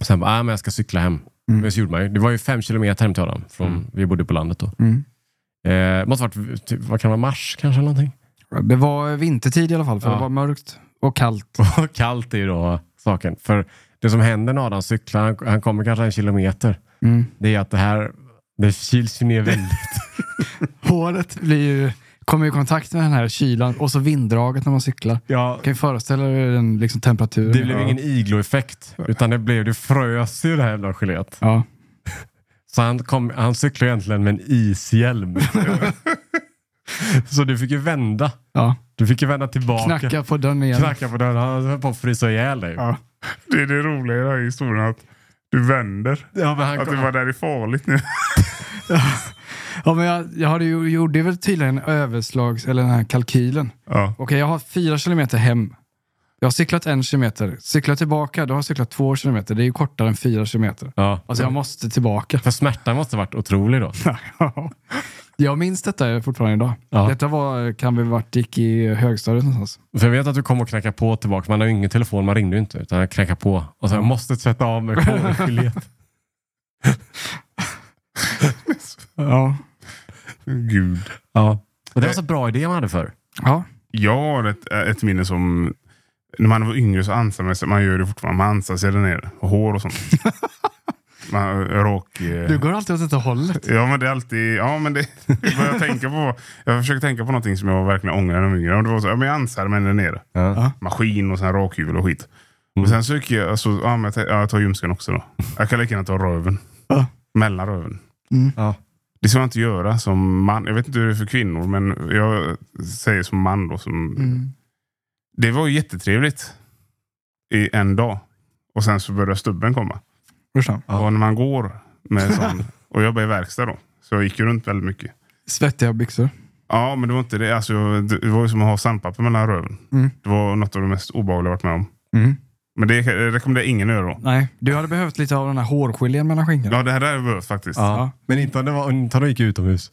B: och sen bara, ah, men jag ska cykla hem.
C: Mm.
B: Men så gjorde man ju. Det var ju fem kilometer hem till Adam. Från, Vi bodde på landet då.
C: Mm.
B: Eh, måste varit, typ, vad kan det vara, mars kanske eller någonting?
C: Det var vintertid i alla fall, för
B: Ja.
C: det var mörkt och kallt.
B: Och kallt är ju då saken. För det som händer när Adam cyklar, han, han kommer kanske en kilometer,
C: Mm.
B: det är att det här, det kyls ju ner väldigt.
C: Håret blir ju, kommer i kontakt med den här kylan och så vinddraget när man cyklar.
B: ja,
C: Kan ju föreställa dig den liksom, temperaturen.
B: det blev ingen igloeffekt, utan det blev, det frös ju det här jävla gelet.
C: Ja.
B: Så han, kom, han cyklar ju egentligen med en ishjälm. Så du fick ju vända.
C: ja.
B: Du fick ju vända tillbaka.
C: Knacka på dörren igen.
B: Knacka på dörren. Han höll på att frysa ihjäl dig.
A: Ja. Det är det roliga i den här historien att du vänder.
B: Ja, men han
A: Att
B: kom-
A: det var där är farligt nu.
C: Ja, men jag, jag hade ju, gjorde väl tydligen överslags, eller den här kalkylen.
A: Ja.
C: Okej, jag har fyra kilometer hem. Jag har cyklat en kilometer. Cyklar tillbaka, då har jag cyklat två kilometer. Det är ju kortare än fyra kilometer.
B: ja.
C: Alltså jag måste tillbaka.
B: För smärtan måste ha varit otrolig då.
C: jag minns detta fortfarande idag.
B: Ja.
C: Detta var, kan vi varit, gick i högstadiet någonstans.
B: För jag vet att du kom och knackade på tillbaka. Man har ju ingen telefon, man ringde ju inte. Utan jag knackade på och sa jag måste tvätta av mig hårgelet.
C: Ja.
A: Gud.
B: ja. Och det var så bra idé man hade för.
C: Ja.
A: Jag har ett, eh, ett minne som... När man var yngre så ansade man sig. Man gör det fortfarande. Man ansar sig där nere. Och hår och sånt. man, rak, eh,
C: Du går alltid åt detta hållet.
A: Ja, men det är alltid... Ja, men det... Vad jag tänker på... Jag försöker tänka på någonting som jag verkligen ångrar när jag var yngre. Och Det var så, ja, men jag ansade mig där nere.
B: Ja.
A: Maskin och sen rakhyvel och skit. Men sen söker jag... Alltså, ja, men jag, tar- ja, jag tar ljumsken också då. Jag kan lika gärna ta röven.
C: Ja.
A: Mellan röven.
B: Ja.
A: Det ska man inte göra som man. Jag vet inte hur det är för kvinnor, men jag säger som man då. Som, Det var ju jättetrevligt i en dag. Och sen så började stubben komma.
C: Brorsan.
A: Och när man går med sån, och jag var i verkstad då, så jag gick ju runt väldigt mycket.
C: Svettiga byxor.
A: Ja, men det var inte det. Alltså, jag- det var ju som att ha sandpapper mellan röven.
C: Mm.
A: Det var något av det mest obehagliga jag varit med om.
C: Mm.
A: Men det rekommenderar ingen att göra då.
C: Nej, du hade behövt lite av den här hårskiljen mellan skinkorna.
A: Ja, det här hade jag behövt faktiskt.
B: Ja. Men inte om det var, inte om det gick utomhus.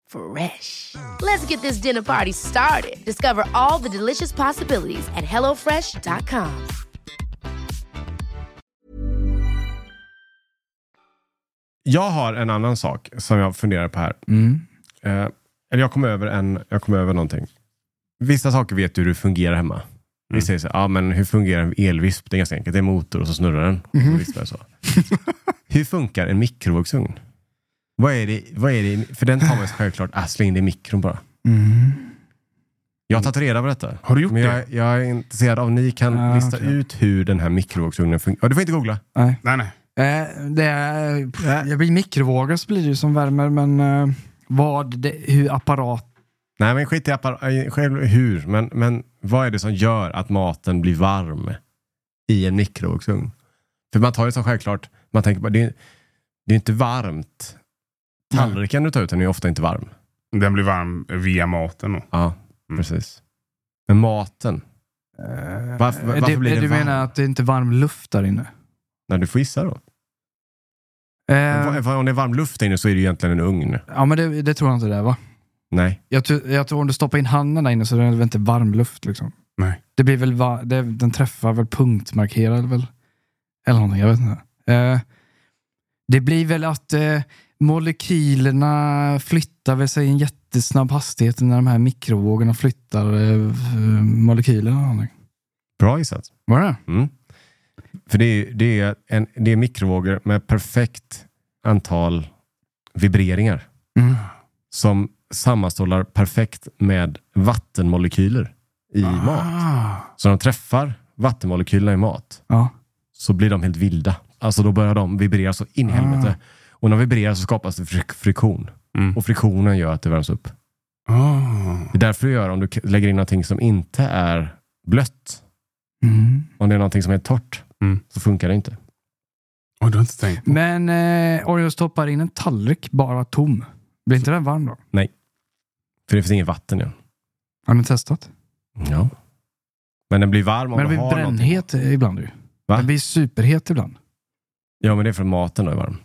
E: Fresh. Let's get this dinner party started. Discover all the delicious possibilities at hellofresh.com.
B: Jag har en annan sak som jag funderar på här.
C: Mm.
B: Eh, eller jag kom över, en, jag kom över någonting. Vissa saker vet du hur det fungerar hemma.
A: Mm.
B: Vi säger så här, ah, men hur fungerar en elvisp? Det är ganska enkelt. Det är en motor och så snurrar den. Och
A: Mhm.
B: så vispar det så. hur funkar en mikrovågsugn? Vad är det, vad är det, för den tar man självklart, ah, släng in det i mikron bara. Mm. Jag har tagit reda på detta.
A: Har du gjort
B: men jag, jag är intresserad av om ni kan
C: Ah,
B: lista
C: okej.
B: ut hur den här mikrovågsugnen fungerar. Ja, du får inte googla.
C: Nej.
A: Nej, nej.
C: Eh, det är, pff, jag blir mikrovågor så blir det ju som värmer, men eh, vad, det, hur apparat...
B: Nej, men skit i appar- eh, själv hur. Men, men vad är det som gör att maten blir varm i en mikrovågsugn? För man tar ju som självklart, man tänker bara, det är, det är inte varmt. Tallriken du tar ut den är ju ofta inte varm.
A: Den blir varm via maten. Då.
B: Ja,
A: Mm.
B: precis. Men maten,
C: Eh,
B: Varför- varför
C: det,
B: blir den
C: Du
B: varm?
C: menar att det inte är varm luft där inne?
B: när du får gissa då.
C: Eh,
B: Om- Om det är varm luft inne så är det ju egentligen en ugn.
C: ja, men det, det tror jag inte det är, va?
B: Nej.
C: Jag, tror- jag tror om du stoppar in handen där inne så är det väl inte varm luft liksom.
A: Nej.
C: Det blir väl va- det, den träffar väl punktmarkerad väl? Eller någonting, jag vet inte. Eh, det blir väl att eh, molekylerna flyttar väl sig i en jättesnabb hastighet när de här mikrovågorna flyttar eh, f- molekylerna. eller någonting.
B: Bra gissat.
C: Var det?
B: Mm. För det är, det, är en, det är mikrovågor med perfekt antal vibreringar.
C: Mm.
B: Som sammanstrålar perfekt med vattenmolekyler i mat.
A: Ah.
B: Så när de träffar vattenmolekylerna i mat
C: Ja.
B: så blir de helt vilda. Alltså då börjar de vibrera så
A: Ah.
B: in i helvete. Och när de vibrerar så skapas det frik- friktion.
A: Mm.
B: Och friktionen gör att det värms upp.
A: Ah.
B: Det är därför du gör om du k- lägger in någonting som inte är blött.
C: Mm.
B: Om det är någonting som är torrt
A: Mm.
B: så funkar det inte.
A: Oj, du har inte tänkt.
C: Men eh, om jag stoppar in en tallrik bara tom, blir inte den varm då?
B: För det finns inget vatten i den.
C: Har ni testat?
B: Ja. Men den blir varm om
C: Men den
B: du
C: blir
B: har någonting.
C: brännhet ibland ju.
B: Va?
C: Den blir superhet ibland.
B: Ja, men det är för att maten då är varm.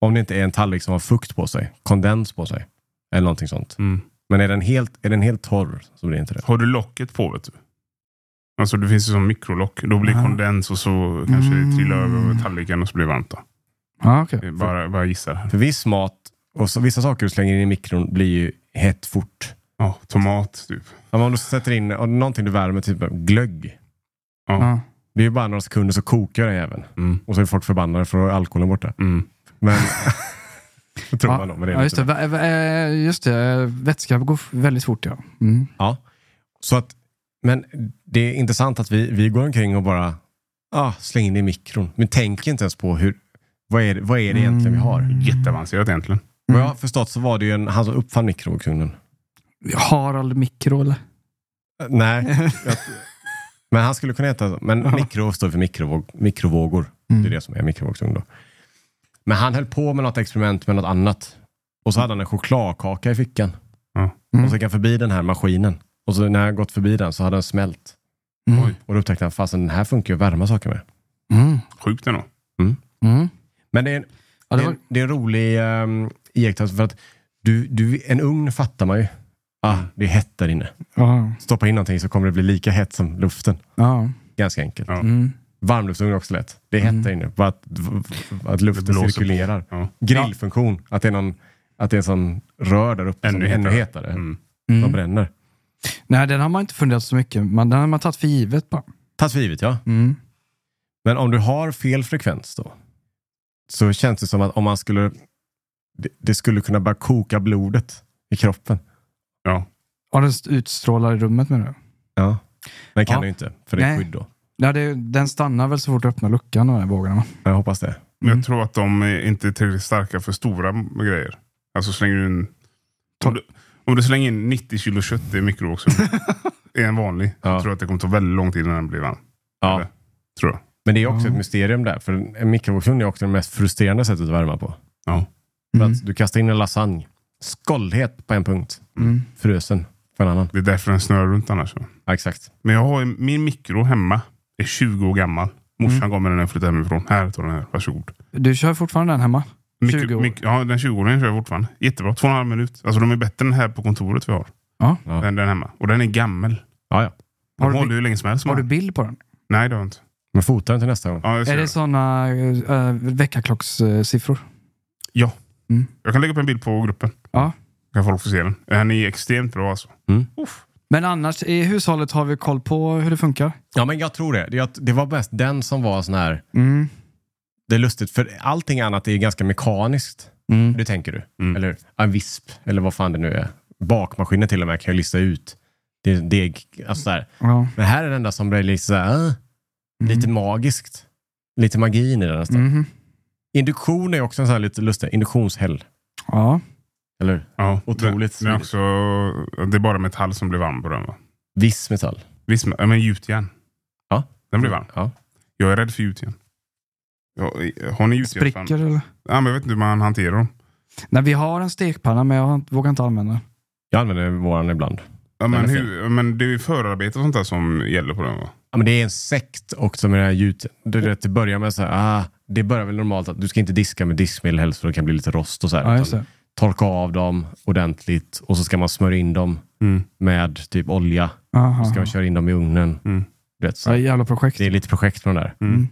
B: Om det inte är en tallrik som har fukt på sig, kondens på sig, eller någonting sånt.
A: Mm.
B: Men är den helt, är den helt torr så blir det inte det.
A: Har du locket på? vet du? Alltså det finns ju som mikrolock. Då blir
C: Ah.
A: kondens och så kanske det trillar
C: Mm.
A: över tallriken och så blir det varmt. Då.
C: Ja, okej.
A: Det är Bara, bara gissar här.
B: För viss mat och så, vissa saker du slänger in i mikron blir ju hett fort.
A: Ja, tomat typ.
B: Ja, men Om du sätter in om någonting du värmer, typ glögg.
C: Ja.
B: Det är ju bara några sekunder så kokar den även.
A: Mm.
B: Och så är folk förbannade för att alkoholen borta.
A: Mm.
B: Men... tror
C: Ja,
B: man då, men det är
C: ja,
B: lite
C: just, det. Vä- vä- eh, just det. Vätska går f- väldigt fort, ja. Mm.
B: Ja, så att, men det är intressant att vi, vi går omkring och bara ah, slänger in det i mikron. Men tänker inte ens på hur, vad är det, vad är det egentligen vi har.
A: Mm. Jätteavancerat egentligen.
B: Vad jag har förstått så var det ju en, han som uppfann mikrovågsugnen.
C: Harald Mikro, eller?
B: Eh, Nej, jag, men han skulle kunna heta Men mikro står för mikrovåg, mikrovågor.
C: Mm.
B: Det är det som är mikrovågsugn då. Men han höll på med något experiment med något annat. Och så hade han en chokladkaka i fickan.
A: Ja.
C: Mm.
B: Och så gick han förbi den här maskinen. Och så när han gått förbi den så hade den smält.
C: Mm.
A: Oj.
B: Och då upptäckte han, fasen den här funkar ju att värma saker med.
C: Mm.
A: Sjukt ändå.
C: Mm.
B: Men det är en,
C: Ja,
B: det
C: det
B: är
C: var-
B: en, det är en rolig ehm, iakttagelse för att du, du, en ugn fattar man ju.
C: Mm.
B: Ah, det är hett där inne.
C: Ja.
B: Stoppa in någonting så kommer det bli lika hett som luften.
C: ja.
B: Ganska enkelt.
A: Ja.
C: Mm.
B: Varmluftsugn är också lätt. Det är hett där inne. Bara att, v- v- att
A: Det
B: luften
A: blåser på.
B: cirkulerar.
A: Ja.
B: Grillfunktion. Att det är någon att det är en sån rör där uppe som
A: Ännu
B: är ännu
A: hetare.
B: hetare.
A: Mm.
B: De
C: Mm.
B: bränner.
C: Nej, den har man inte funderat så mycket men Den har man tagit för givet bara.
B: Tas för givet ja.
C: Mm.
B: Men om du har fel frekvens då? Så känns det som att om man skulle... Det, det skulle kunna börja koka blodet i kroppen.
A: Ja.
C: Ja, den st- utstrålar i rummet med det.
B: Ja. Men kan
C: Ja.
B: du ju inte, för det är
C: Nej.
B: skydd då.
C: Ja, det, den stannar väl så fort du öppnar luckan, de här vågorna. va?
B: Jag hoppas det.
A: Men
C: Mm.
A: Jag tror att de är inte är tillräckligt starka för stora m- grejer. Alltså slänger du in... Om du, om du slänger in 90 kilo kött i mikrovågsugn, i en vanlig,
B: Ja.
A: så tror jag att det kommer ta väldigt lång tid innan den blir varm.
B: Ja.
A: Eller? Tror jag.
B: Men det är också ett mysterium där, för en mikrovågsugn är också det mest frustrerande sättet att värma på.
A: Ja.
B: För att du kastar in en lasagne. Skållhet på en punkt. Frusen på en annan.
A: Det är därför den snurrar runt annars. va?
B: Ja, exakt.
A: Men jag har ju- min mikro hemma. Är 20 år gammal. Morsan
B: Mm.
A: gav mig den när jag flyttade hemifrån. Här, ta den här. Varsågod.
C: Du kör fortfarande den hemma? 20 år?
A: mik- ja, den 20-åringen kör jag fortfarande. Jättebra. Två och en halv minut. Alltså de är bättre än här på kontoret vi har.
C: Ja.
B: Ja.
A: Den, den hemma. Och den är gammal.
B: Ja, ja.
A: De
C: Har du
A: håller
C: bi-
A: ju hur länge som helst.
C: Har du
A: man.
C: bild på den?
A: Nej, det har jag inte.
B: Men fota den till nästa gång.
A: Ja, jag,
C: Är
A: ser
C: det
A: det.
C: sådana uh, väckarklockssiffror?
A: ja.
C: Mm.
A: jag kan lägga upp en bild på gruppen.
C: Ja.
A: Kan folk få se den. Den är extremt bra alltså.
B: Mm.
A: Uff.
C: Men annars i hushållet har vi koll på hur det funkar?
B: Ja, men jag tror det. Det, det var bäst den som var sån här...
C: Mm.
B: Det är lustigt, för allting annat är ju ganska mekaniskt.
C: Mm.
B: Det tänker du.
A: Mm.
B: Eller en visp, eller vad fan det nu är. Bakmaskinen till och med kan jag lista ut. Det är deg, alltså så här.
C: Ja. Mm.
B: Men här är det enda som blir lite så här, äh, lite magiskt. Lite magi i den nästan.
C: Mhm.
B: Induktion är också en sån här lite lustig, induktionshäll.
C: Ja.
B: Eller
A: Ja,
B: Otroligt
A: Den, den är också, det är bara metall som blir varm på den va?
B: viss metall.
A: Visst, men- ja, men gjutjärn.
B: Ja.
A: Den blir varm.
B: Ja.
A: Jag är rädd för gjutjärn. Jag- Har ni gjutjärn?
C: Spricker
A: fan?
C: eller?
A: Ja, men jag vet inte hur man hanterar dem.
C: Nej, vi har en stekpanna men jag har inte- vågar inte använda den.
B: Jag använder våran ibland.
A: Ja, men,
B: men
A: hur, men det är ju förarbete och sånt där som gäller på den va?
B: Ja, men det är en sekt också med det här gjuten. Det, det, det börjar med så här, ah, det börjar väl normalt att du ska inte diska med diskmedel helst för det kan bli lite rost och så här.
C: Ja,
B: utan
C: just det.
B: torka av dem ordentligt och så ska man smörja in dem
A: Mm.
B: med typ olja.
C: Aha.
B: Så ska man köra in dem i ugnen.
A: Mm.
B: Du Vet, så.
C: Ja, jävla projekt.
B: Det är lite projekt med de där.
A: Mm.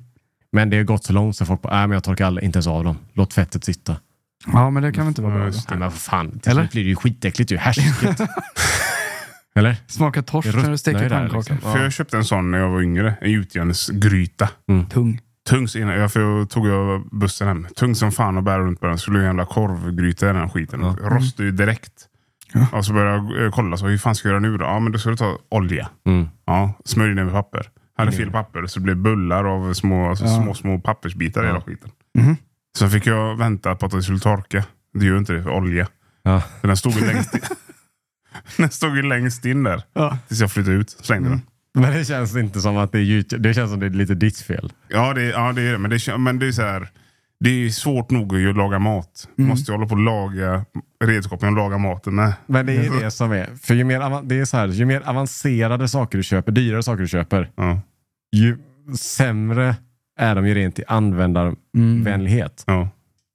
B: Men det har gått så långt så folk bara, nej men jag torkar aldrig, inte ens av dem. Låt fettet sitta.
C: Ja, men det kan väl inte vara
A: Ja,
C: bra?
A: just det.
C: Då.
B: Nej men vad fan, till
C: Eller?
B: slut blir det ju skitäckligt ju. Härsket. Eller?
C: Smaka torsk
B: Det
C: när du
B: ruttnar
C: steker
B: ju där,
C: pannkakor.
B: liksom.
A: För jag köpte en sån när jag var yngre. En gjutjärnsgryta.
C: Tung.
A: Tung så innan, ja, för jag tog jag bussen hem. Tung som fan och bära runt på den. Skulle ju en jävla korvgryta i den här skiten.
B: Ja.
A: Rostade ju direkt. Och så började jag eh, kolla, så, hur fan ska jag göra nu då? Ja, men då ska du ta olja.
B: Mm.
A: Ja, smörj ner med papper. Hade fel papper så det blev bullar av små, alltså, små, små pappersbitar i hela skiten.
C: Mhm.
A: Så fick jag vänta på att det skulle torka. Det gör ju inte det för olja.
B: Ja.
A: Så den stod ju längst in. den stod ju längst in där.
C: Ja.
A: Tills jag flyttade ut.
B: Mm.
A: Slängde den.
B: Men det känns inte som att det är gjuten. Det känns som det är lite ditt fel.
A: Ja, det, ja det är det. Men det, kän- men det är så här. Det är svårt nog att ju laga mat.
C: Mm.
A: Måste jag hålla på och laga redskapen och laga maten med.
B: Men det är ju det som är. För ju mer, avan- det är så här, ju mer avancerade saker du köper, dyrare saker du köper,
A: Ja,
B: ju sämre är de ju rent i användarvänlighet.
A: ja.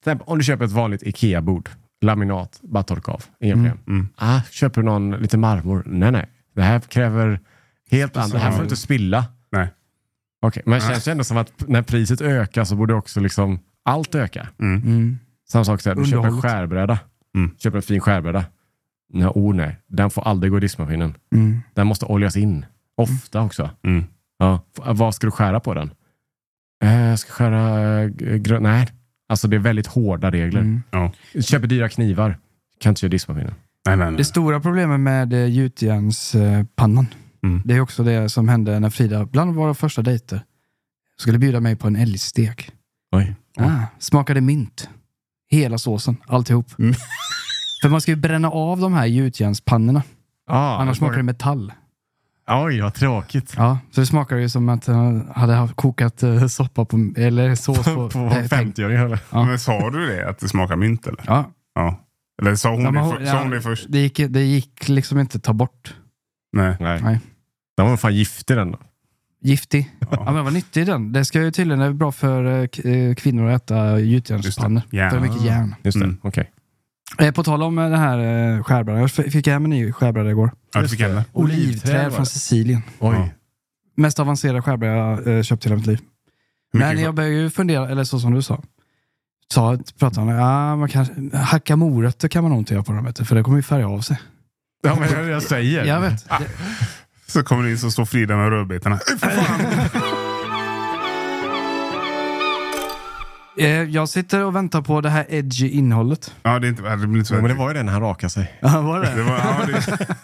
B: Till exempel, om du köper ett vanligt IKEA-bord, laminat, bara torka av. Inga problem.
A: mm.
B: Ah, köper du någon lite marmor? Nej, nej. Det här kräver helt annat. Det här får du inte spilla.
A: Nej.
B: Okej, men det känns ju ändå som att när priset ökar så borde också liksom allt öka.
C: Mm.
B: Samma sak, så här, du köper en
C: Underhållet.
B: skärbräda.
A: Mm.
B: Köper en fin skärbräda. Nej, oh nej. Den får aldrig gå i diskmaskinen.
C: Mm.
B: Den måste oljas in. Ofta också.
A: Mm.
B: Ja. F- äh, Vad ska du skära på den? Eh, jag ska skära eh, grö- Nej. Alltså det är väldigt hårda regler.
C: Mm.
B: Köper dyra knivar. Kan inte köra i diskmaskinen.
A: Nej, nej, nej.
C: Det stora problemet med eh, gjutjärnspannan,
A: Mm.
C: det är också det som hände när Frida, bland våra första dejter, skulle bjuda mig på en älgstek.
B: Oj.
C: Ah, smakade mint. Hela såsen, alltihop.
A: Mm.
C: För man ska ju bränna av de här gjutjärnspannorna,
B: Ah,
C: annars smakar det metall.
B: Oj, vad tråkigt.
C: Ja, så det smakar ju som att han hade haft kokat eh, soppa på, eller sås på,
B: På,
C: pe-
B: 50-öringen eller?
C: Ja.
A: Men sa du det? Att det smakar mynt eller?
C: Ja.
A: Ja. Eller sa hon,
C: Ja, men
A: det,
C: hon-
A: för, sa hon
C: ja,
A: det först?
C: Det gick, det gick liksom inte att ta bort.
A: Nej.
C: Nej.
B: Den var fan giftig den.
C: Giftig. Ja. men vad nyttig den. Det ska ju tydligen det är bra för eh, k- eh, kvinnor att äta gjutjärnspannor.
A: Just det. Järn.
C: För det är mycket järn.
B: Just det,
A: Mm.
B: okej.
C: Eh, På tal om eh, den här eh, skärbrädan. Jag f- fick hem en ny skärbräda igår.
A: Ja, det fick jag
C: Olivträd från Sicilien.
B: Oj.
C: Mest avancerade skärbräda jag eh, köpt i hela mitt liv. Men jag började ju fundera, eller så som du sa. Sa, pratade han, ja, man kan, hacka morötter kan man nog inte göra på dem, vet du, för det kommer ju färga av sig.
B: Ja, men det är det jag säger.
C: Jag vet. Det,
A: Så kommer det in så står Frida med rödbetorna.
C: Eh, Jag sitter och väntar på det här edgy innehållet.
A: Ja, det, är inte, det blir inte så
B: Jo, men det
A: här.
B: var ju den han rakade sig.
C: Ja, var
A: Det var, ja, det,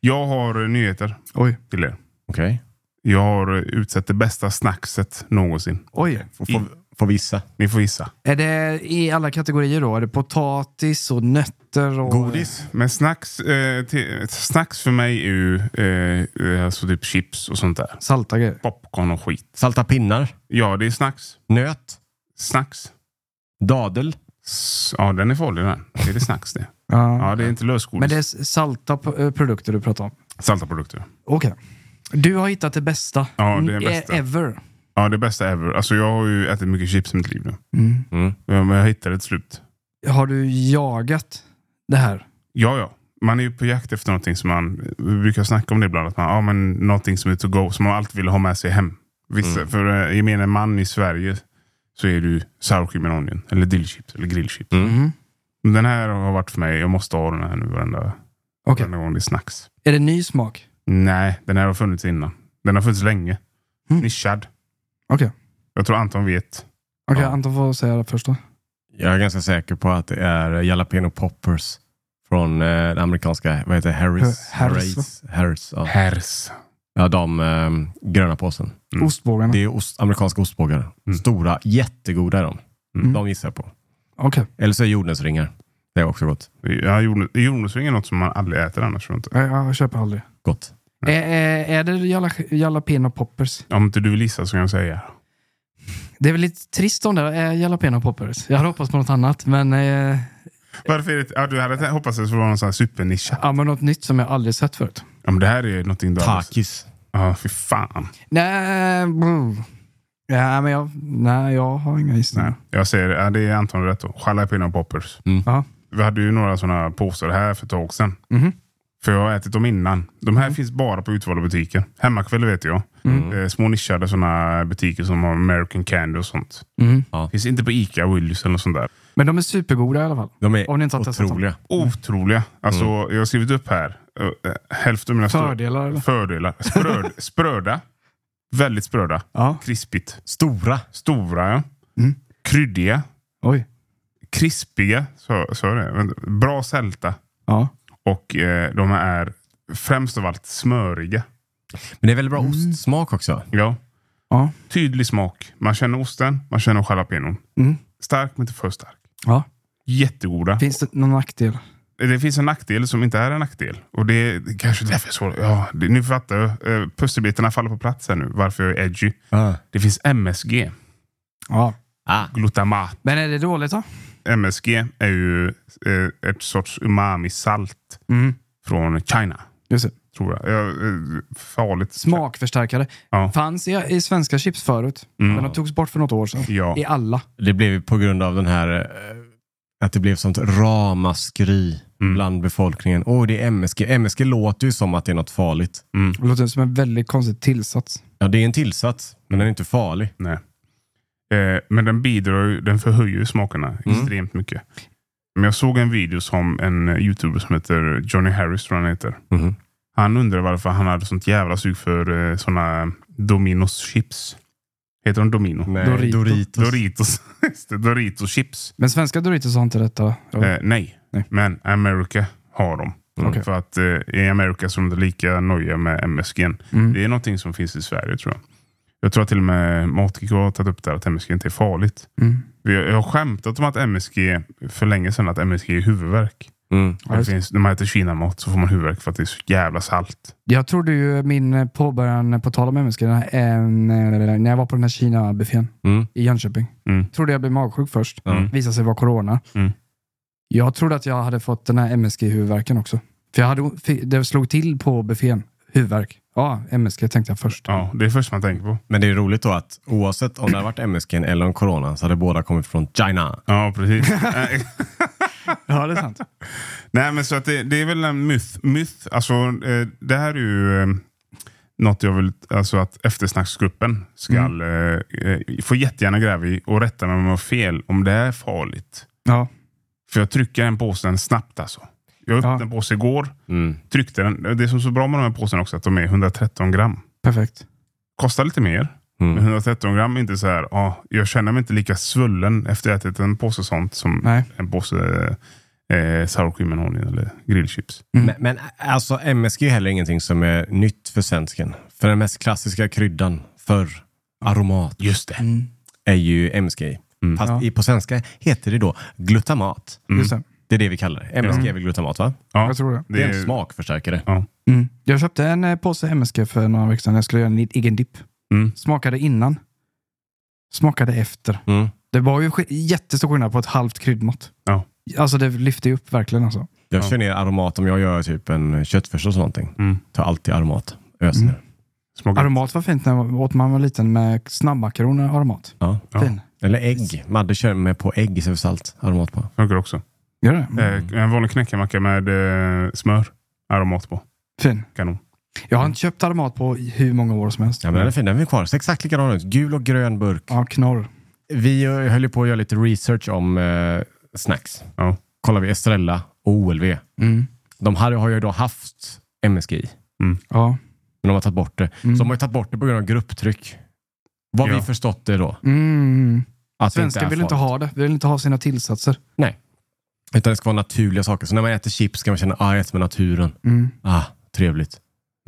A: jag har eh, nyheter
C: Oj.
A: till er.
B: Okej.
A: Jag har eh, utsett det bästa snackset någonsin.
C: Oj.
B: Får, får, får vissa.
A: Ni får gissa.
C: Är det i alla kategorier då? Är det potatis och nötter och...
B: Godis.
A: Men snacks, eh, till, snacks för mig är ju eh, eh, alltså typ chips och sånt där.
C: Salta grejer.
A: Popcorn och skit.
B: Salta pinnar.
A: Ja, det är snacks.
B: Nöt.
A: Snacks.
B: Dadel.
A: S- Ja, den är farlig den. Det är det snacks det.
C: Ja.
A: Ja, det är inte lösgodis.
C: Men det är s- salta p- eh, produkter du pratar om.
A: Salta produkter.
C: Okej. Du har hittat det bästa.
A: Ja, det är
C: Mm,
A: bästa.
C: eh, Ever.
A: Ja, det bästa ever. Alltså jag har ju ätit mycket chips i mitt liv nu.
C: Mm.
A: Ja, Men jag hittade ett slut.
C: Har du jagat det här?
A: Ja, ja. Man är ju på jakt efter någonting som man... Vi brukar snacka om det ibland. Att man, ja, men någonting som är to go, som man alltid vill ha med sig hem. Vissa,
C: Mm.
A: För eh, gemene man i Sverige så är du sour cream and onion. Eller dillchips. Eller grillchips.
C: Mm.
A: Men Den här har varit för mig. Jag måste ha den här nu varenda,
C: Okej.
A: varenda gång det är snacks.
C: Är det ny smak?
A: Nej, den här har funnits innan. Den har funnits länge.
C: Mm.
A: Nischad.
C: Okej. Okej,
A: Jag tror Anton vet. Ja.
C: Anton får säga det först då.
B: Jag är ganska säker på att det är Jalapeno Poppers från eh, den amerikanska, vad heter det, Harris?
C: H- Harris,
B: Harris, Harris ja.
A: Hers.
B: ja, de ehm, gröna påsen.
A: Mm.
C: Ostbågarna.
B: Det är ost, amerikanska ostbågar. Stora, jättegoda är de.
A: Mm.
B: De gissar jag på.
C: Okej.
B: Eller så är jordnötsringar. Det är också gott.
A: Ja, jordnöts- jordnötsring är något som man aldrig äter annars. Tror jag inte.
C: Nej, Jag köper aldrig.
B: Gott.
C: Är, är, är det jala- jalapeno poppers?
A: Om inte du vill gissa så kan jag
C: Eh.
A: säga.
C: Det är väl lite trist om det är jalapeno poppers. Jag hade hoppats på något annat, men, eh,
A: Varför är det, ja, du hade t- hoppats att det skulle vara någon sån här supernischad.
C: ja, men något nytt som jag aldrig sett förut.
A: Ja, men det här är någonting du aldrig-
B: Takis.
A: Ja, fy fan.
C: Nej, brr. ja, men jag, nej, jag har inga
A: Nej,
C: gissningar.
A: jag säger det. ja, det är Anton rätt då. Jalapeno poppers.
C: Ja.
A: Vi hade ju några sådana påsar här för ett tag sedan.
C: Mhm.
A: För jag har ätit dem innan. De här finns bara på utvalda butiker. Hemmakväll vet jag. Eh, små nischade sådana butiker som har American Candy och sånt.
C: Mm.
A: Finns inte på Ica, Willys eller något sånt där.
C: Men de är supergoda i alla fall.
B: De är
C: Om ni inte har testat dem.
B: otroliga.
A: Otroliga. Alltså, Jag har skrivit upp här. eh, eh, Hälften av mina stora-
C: Mm. Fördelar eller?
A: Fördelar. Spröd, spröda. Väldigt spröda.
C: Ja.
A: Krispigt.
B: Stora.
A: Stora, ja.
C: Mm.
A: Kryddiga.
C: Oj.
A: Krispiga. Så, så är det. Vänta. Bra sälta.
C: Ja.
A: Och eh, de är främst av allt smöriga.
B: Men det är väldigt bra ostsmak också.
A: Ja.
C: Ja.
A: Tydlig smak. Man känner osten, man känner jalapenon.
C: Mm.
A: Stark men inte för stark.
C: ja.
A: Jättegoda.
C: Finns det någon nackdel?
A: det finns en nackdel som inte är en nackdel. Och det är kanske därför jag så, ja, det, Nu fattar jag. Eh, Pusselbitarna faller på plats här nu. Varför jag är edgy.
B: Ah.
A: Det finns MSG.
C: Ja.
A: Glutamat.
C: Men är det dåligt då?
A: MSG är ju eh, ett sorts umami-salt
C: Mm.
A: från China.
C: Just det.
A: Tror jag. Ja, eh, farligt.
C: Smakförstärkare.
A: Ja.
C: Fanns i, i svenska chips förut, men de togs bort för något år sedan.
A: Mm. Ja. Mm.
C: I alla.
B: Det blev ju på grund av den här eh, att det blev sånt ramaskri bland befolkningen. Åh, det är MSG. MSG låter ju som att det är något farligt.
C: Det låter som en väldigt konstig tillsats.
B: Ja, det är en tillsats, men den är inte farlig.
A: Nej. Eh, men den bidrar ju, den förhöjer ju smakerna extremt mycket. Men jag såg en video som en eh, youtuber som heter Johnny Harris, tror jag han heter.
B: Mhm.
A: Han undrar varför han hade sånt jävla sug för eh, såna Dominos chips. Heter de Domino?
B: Nej,
C: Dorito.
B: Doritos.
A: Doritos. Just det, Doritos chips.
C: Men svenska Doritos har inte detta.
A: Eh, nej.
C: Nej.
A: men America har dem.
C: Okej.
A: För att eh, i Amerika så är de lika noja med MSG.
C: Mm.
A: Det är någonting som finns i Sverige tror jag. Jag tror att till och med Matgeek har tagit upp det här att MSG inte är farligt.
C: Mm.
A: Vi har- Jag har skämtat om att MSG, för länge sedan, att MSG är huvudvärk.
B: Mm.
A: Ja, det
C: just
A: finns, när man äter kinamat så får man huvudvärk för att det är så jävla salt.
C: Jag trodde ju min eh, påbörjan, eh, på tal om MSG, den här, eh, när jag var på den här Kina-buffén
B: Mm.
C: i Jönköping.
A: Mm.
C: Trodde jag blev magsjuk först.
B: Mm.
C: Visade sig vara corona.
A: Mm.
C: Jag trodde att jag hade fått den här MSG-huvudvärken också. För jag hade, fi- det slog till på buffén. Huvudvärk. Ja, MSG tänkte jag först.
A: Ja, det är det första man tänker på.
B: Men det är roligt då att oavsett om det har varit MSG eller om corona så hade båda kommit från China.
A: Ja, precis. Eh,
C: Ja, det är sant.
A: Nej, men så att det, det är väl en myth. myth. Alltså, eh, det här är ju eh, något jag vill alltså att eftersnacksgruppen ska eh, eh, få jättegärna gräva i och rätta mig om jag har fel, om det är farligt.
C: Ja.
A: För jag trycker den påsen snabbt alltså. Jag öppnade
C: Ja.
A: en påse igår,
B: Mm.
A: tryckte den. Det som är så bra med de här påsarna också är att de är 113 gram.
C: Perfekt.
A: Kostar lite mer,
B: Mm.
A: men 113 gram är inte så här, ja, jag känner mig inte lika svullen efter att ha ätit en påse sånt som
C: Nej.
A: en påse eh, sour cream and onion eller grillchips.
B: Men, men alltså MSG är heller ingenting som är nytt för svensken. För den mest klassiska kryddan för aromat
A: Just det.
B: är ju MSG. Fast i, på svenska heter det då glutamat.
C: Just det.
B: Det är det vi kallar det. MSG är väl glutamat va?
A: Mm. Ja,
C: Jag tror Mm. det.
B: Alltså, Det är en smakförstärkare.
A: Ja.
C: Mm. Jag köpte en eh, påse MSG för några veckor sedan. Jag skulle göra en egen dipp.
A: Mm.
C: Smakade innan. Smakade efter.
B: Mm.
C: Det var ju sk- jättestor skillnad på ett halvt kryddmått.
A: Ja.
C: Alltså det lyfte ju upp verkligen alltså.
B: Jag kör ner aromat om jag gör typ en köttfärs och någonting.
A: Mm.
B: Tar alltid aromat. Öser ner.
A: Smakar.
C: Aromat var fint när jag åt man var liten med snabbmakaroner och aromat.
B: Ja.
A: Ja.
C: Fin.
B: Eller ägg. Madde kör med på ägg istället för salt. Aromat på.
A: Funkar också.
C: Gör det?
B: Mm.
A: Eh, en vanlig knäckemacka med eh, smör. Aromat på.
C: Fin.
A: Kanon.
C: Jag har inte köpt aromat på hur många år som helst.
B: Ja, men den är fin. Den är kvar. Ser exakt likadan ut. Gul och grön burk.
C: Ja, knorr.
B: Vi eh, höll ju på att göra lite research om eh, snacks.
A: Ja.
B: Kollar vi Estrella och OLV.
C: Mm.
B: De här har ju då haft MSG
C: Ja.
B: men de har tagit bort det.
C: Mm.
B: Så de har ju tagit bort det på grund av grupptryck. Vad
A: Ja.
B: vi förstått det då.
C: Mm.
B: Att det
C: Svenskar
B: är
C: vill inte
B: farligt.
C: ha det. Vill inte ha sina tillsatser.
B: Nej. Utan det ska vara naturliga saker. Så när man äter chips ska man känna, ah, jag äter med naturen.
C: Mm.
B: Ah, trevligt.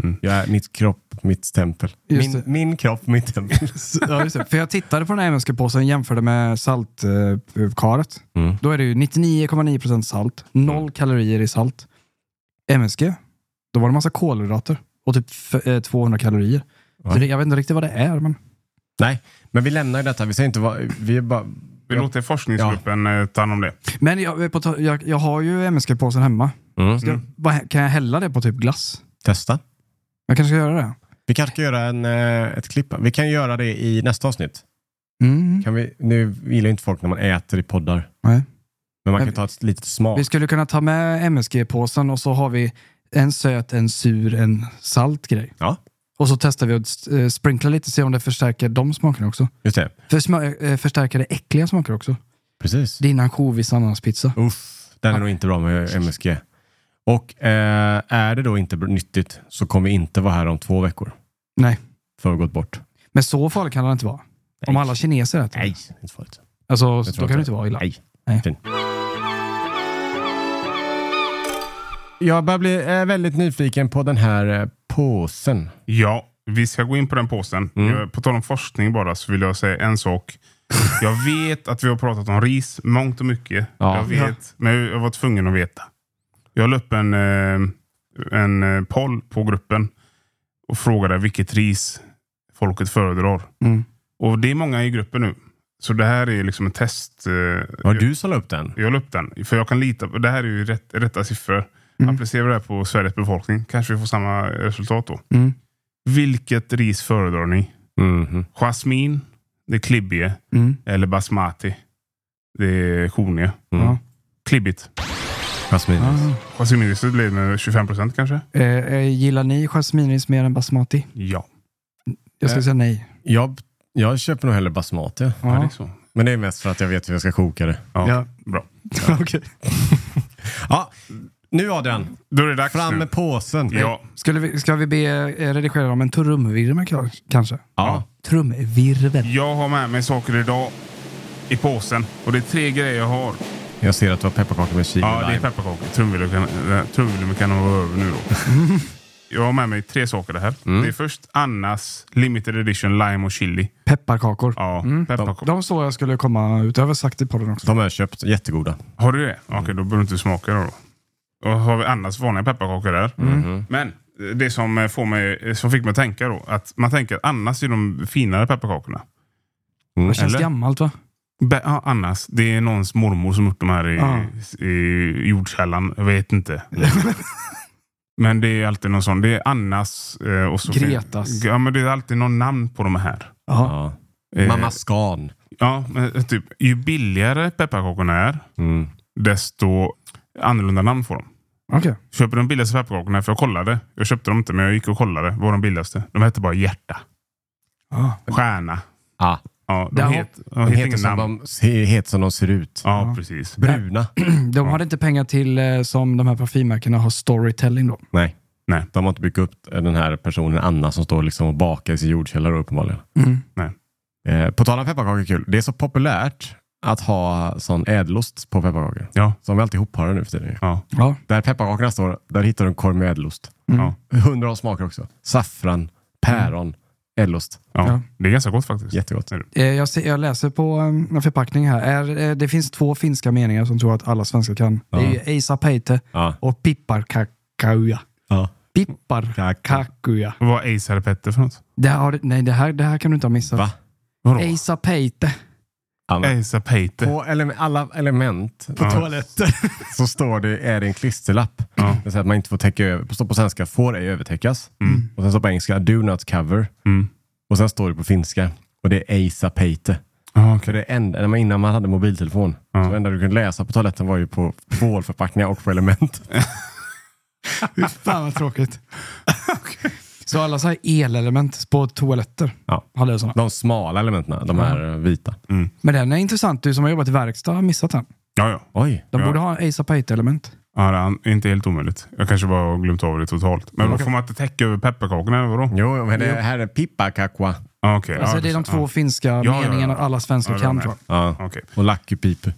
A: Mm.
B: Jag är, mitt kropp, mitt tempel.
C: Just
B: Min,
C: det.
B: min kropp, mitt tempel.
C: Ja, just det. För jag tittade på den här MSG-påsen och jämförde med saltkaret.
B: Mm.
C: Då är det ju 99,9% salt, noll kalorier i salt. MSG, då var det massa kolhydrater och typ f- eh, 200 kalorier.
B: Ja.
C: Så det, jag vet inte riktigt vad det är, men
B: Nej, men vi lämnar ju detta. Vi säger inte vad... Vi är bara...
A: Vi låter forskningsgruppen eh, ta hand om det.
C: Men jag, eh, på, ta- jag, jag har ju MSG-påsen hemma.
B: Mm.
C: Ska, vad- kan jag hälla det på typ glass?
B: Testa.
C: Jag kanske ska göra det.
B: Vi kanske kan göra en, eh, ett klipp. Vi kan göra det i nästa avsnitt.
C: Mm.
B: Kan vi, nu gillar ju inte folk när man äter i poddar.
C: Nej.
B: Men man
C: Men
B: kan
C: vi-
B: ta ett litet smak.
C: Vi skulle kunna ta med MSG-påsen och så har vi en söt, en sur, en salt grej.
B: Ja,
C: Och så testar vi att eh, sprinkla lite se om det förstärker de smakerna också.
B: just det.
C: För smö- eh, förstärker det äckliga smaker också.
B: Precis.
C: Din ansjovis ananaspizza.
B: Uff, den är nog inte bra med MSG. Och eh, är det då inte br- nyttigt så kommer vi inte vara här om två veckor.
C: Nej,
B: För vi har gått bort.
C: men så farlig kan det inte vara. Om alla kineser äter det.
B: Nej, inte farligt.
C: Alltså, då
B: tror
C: kan
B: inte.
C: det inte vara illa.
B: Nej.
C: Nej.
B: Fin. Jag börjar bli eh, väldigt nyfiken på den här eh, påsen.
A: Ja, vi ska gå in på den påsen.
B: Mm.
A: Eh, På tal om forskning bara så vill jag säga en sak. Jag vet att vi har pratat om ris mångt och mycket.
B: Ja.
A: Jag vet, men jag var tvungen att veta. Jag la upp en, eh, en eh, poll på gruppen och frågade vilket ris folket föredrar.
C: Mm.
A: Och det är många i gruppen nu. Så det här är liksom ett test. eh,
B: Var du som la upp den?
A: Jag la upp den, för jag kan lita på... Det här är ju rätt, rätta siffror.
B: Mm.
A: Applicerar vi det här på Sveriges befolkning kanske vi får samma resultat då.
C: Mm.
A: Vilket ris föredrar ni?
B: Mhm.
A: Jasmin, det är klibbige.
C: Mm.
A: Eller basmati, det är kornige.
B: Mm.
C: Ja.
A: Klibbigt.
B: Jasmin.
A: Jasminriset blir med 25 procent kanske?
C: Eh, eh, gillar ni jasminris mer än basmati?
A: Ja.
C: Jag skulle
A: Eh.
C: säga nej.
B: Jag, jag köper nog hellre basmati.
A: ja. Det
C: Ja.
A: är så.
B: Men det är mest för att jag vet hur jag ska koka det.
A: Ja,
C: Ja.
A: Bra.
C: Okej.
B: Ja, nu Adrian,
A: Då är det dags
B: fram
A: nu.
B: med påsen.
A: Ja,
C: Skulle vi, ska vi be eh, redigera om en trumvirvel ka- kanske?
B: Ja.
C: Trumvirvel.
A: jag har med mig saker idag i påsen. Och det är tre grejer jag har.
B: Jag ser att du har pepparkakor med chili
A: Ja, det är
B: lime.
A: pepparkakor. Trumvirveln kan- eh, Trumvirveln kan vara över nu då. Jag har med mig tre saker det här. Det är först Annas Limited Edition Lime och Chili.
C: Pepparkakor.
A: Ja, pepparkakor.
C: De såg jag skulle komma utöver sagt i podden också.
B: De har jag köpt, jättegoda.
A: Har du det? Okej, då behöver du inte smaka då. Och har vi annars vanliga pepparkakor där.
C: Mhm.
A: Men eh, det som, eh, får mig, som fick mig att tänka då, att man tänker att annars är de finare pepparkakorna.
C: Det känns
A: eller?
C: gammalt va?
A: Be- ja, annars. Det är någons mormor som gjort de här i,
C: Ja.
A: i jordkällan. Jag vet inte. men det är alltid någon sån. Det är Annas eh, och så fin-
C: Gretas.
A: Ja, men det är alltid någon namn på de här.
C: Ja.
B: Ja.
A: Eh,
B: Mamma Scan.
A: Ja, men, eh, typ. Ju billigare pepparkakorna är,
C: Mm.
A: desto annorlunda namn får de.
C: Okej.
A: Köper de billigaste pepparkakorna? För jag kollade. Jag köpte dem inte, men jag gick och kollade. Vad var de billigaste? De hette bara hjärta.
C: Ah.
A: Stjärna.
B: Ah,
A: Ja, de,
C: Där har-
A: het, de,
B: de
A: heter
B: heter
A: inget
B: som
A: namn.
B: de, se- heter som de ser ut.
A: Ja, precis.
B: Bruna.
C: De hade inte pengar till, eh, som de här parfymmärkena har, storytelling då.
B: Nej.
A: Nej.
B: De har inte byggt upp den här personen Anna som står liksom och bakar i sin jordkällare uppenbarligen.
A: Nej.
B: Eh, på tal om pepparkakor, kul. Det är så populärt att ha sån ädelost på pepparkakor.
A: Ja.
B: Som vi alltid hoppar nu för tiden.
A: Ja.
C: Ja.
B: Där pepparkakorna står, där hittar du en korg med ädelost.
A: Ja.
B: Hundra av smaker också. Saffran, päron, ädelost.
A: Ja.
C: Ja.
A: Det är ganska gott faktiskt.
B: Jättegott.
A: Är det?
C: Eh, Jag, ser, jag läser på eh, en förpackning här. Är, eh, det finns två finska meningar som tror att alla svenskar kan. Det är ju Eisa Peite
B: Ja.
C: och Pipparkakauja.
B: Ja.
C: Pipparkakauja.
A: Vad var Ace Petter för något?
C: Det, har, nej, det, här, det här kan du inte ha missat.
B: Va?
A: Vadå?
C: Eisa Peite.
B: Ja, men-
A: Asa Pater.
B: På ele- alla element
A: Ja.
B: toaletten så står det, är det en klisterlapp. Det säger att man inte får täcka över. Det står på svenska, får ej övertäckas. Och sen står på engelska, do not cover.
A: Mm.
B: Och sen står det på finska, och det är Eisa Peite.
A: Ja,
B: För
A: Ah, okej.
B: det enda, när man- innan man hade mobiltelefon,
A: Ja.
B: så det enda du kunde läsa på toaletten var ju på tvålförpackningar och på element.
C: Fan vad tråkigt. Så alla så här elelement på toaletter
B: Ja.
C: hade jag såna.
B: De smala elementen, de här eh, vita.
A: Mm.
C: Men den är intressant. Du som har jobbat i verkstad har missat den.
A: Ja, ja.
B: Oj,
C: De
A: Ja.
C: borde ha en Asa Pate-element.
A: ja det är inte helt omöjligt. Jag kanske bara har glömt av det totalt.
C: Mm.
A: Men får man inte täcka över pepparkakorna eller vadå?
B: jo, men det här är pippakakwa.
A: Ja, okej.
C: Alltså
A: ja,
C: det är de
A: så-
C: två
A: ja.
C: finska
A: ja, ja.
C: meningarna alla svenskar
A: Ja, de
C: kan
A: är.
C: tror jag.
B: Ja.
A: Okej.
B: Och lackupipe.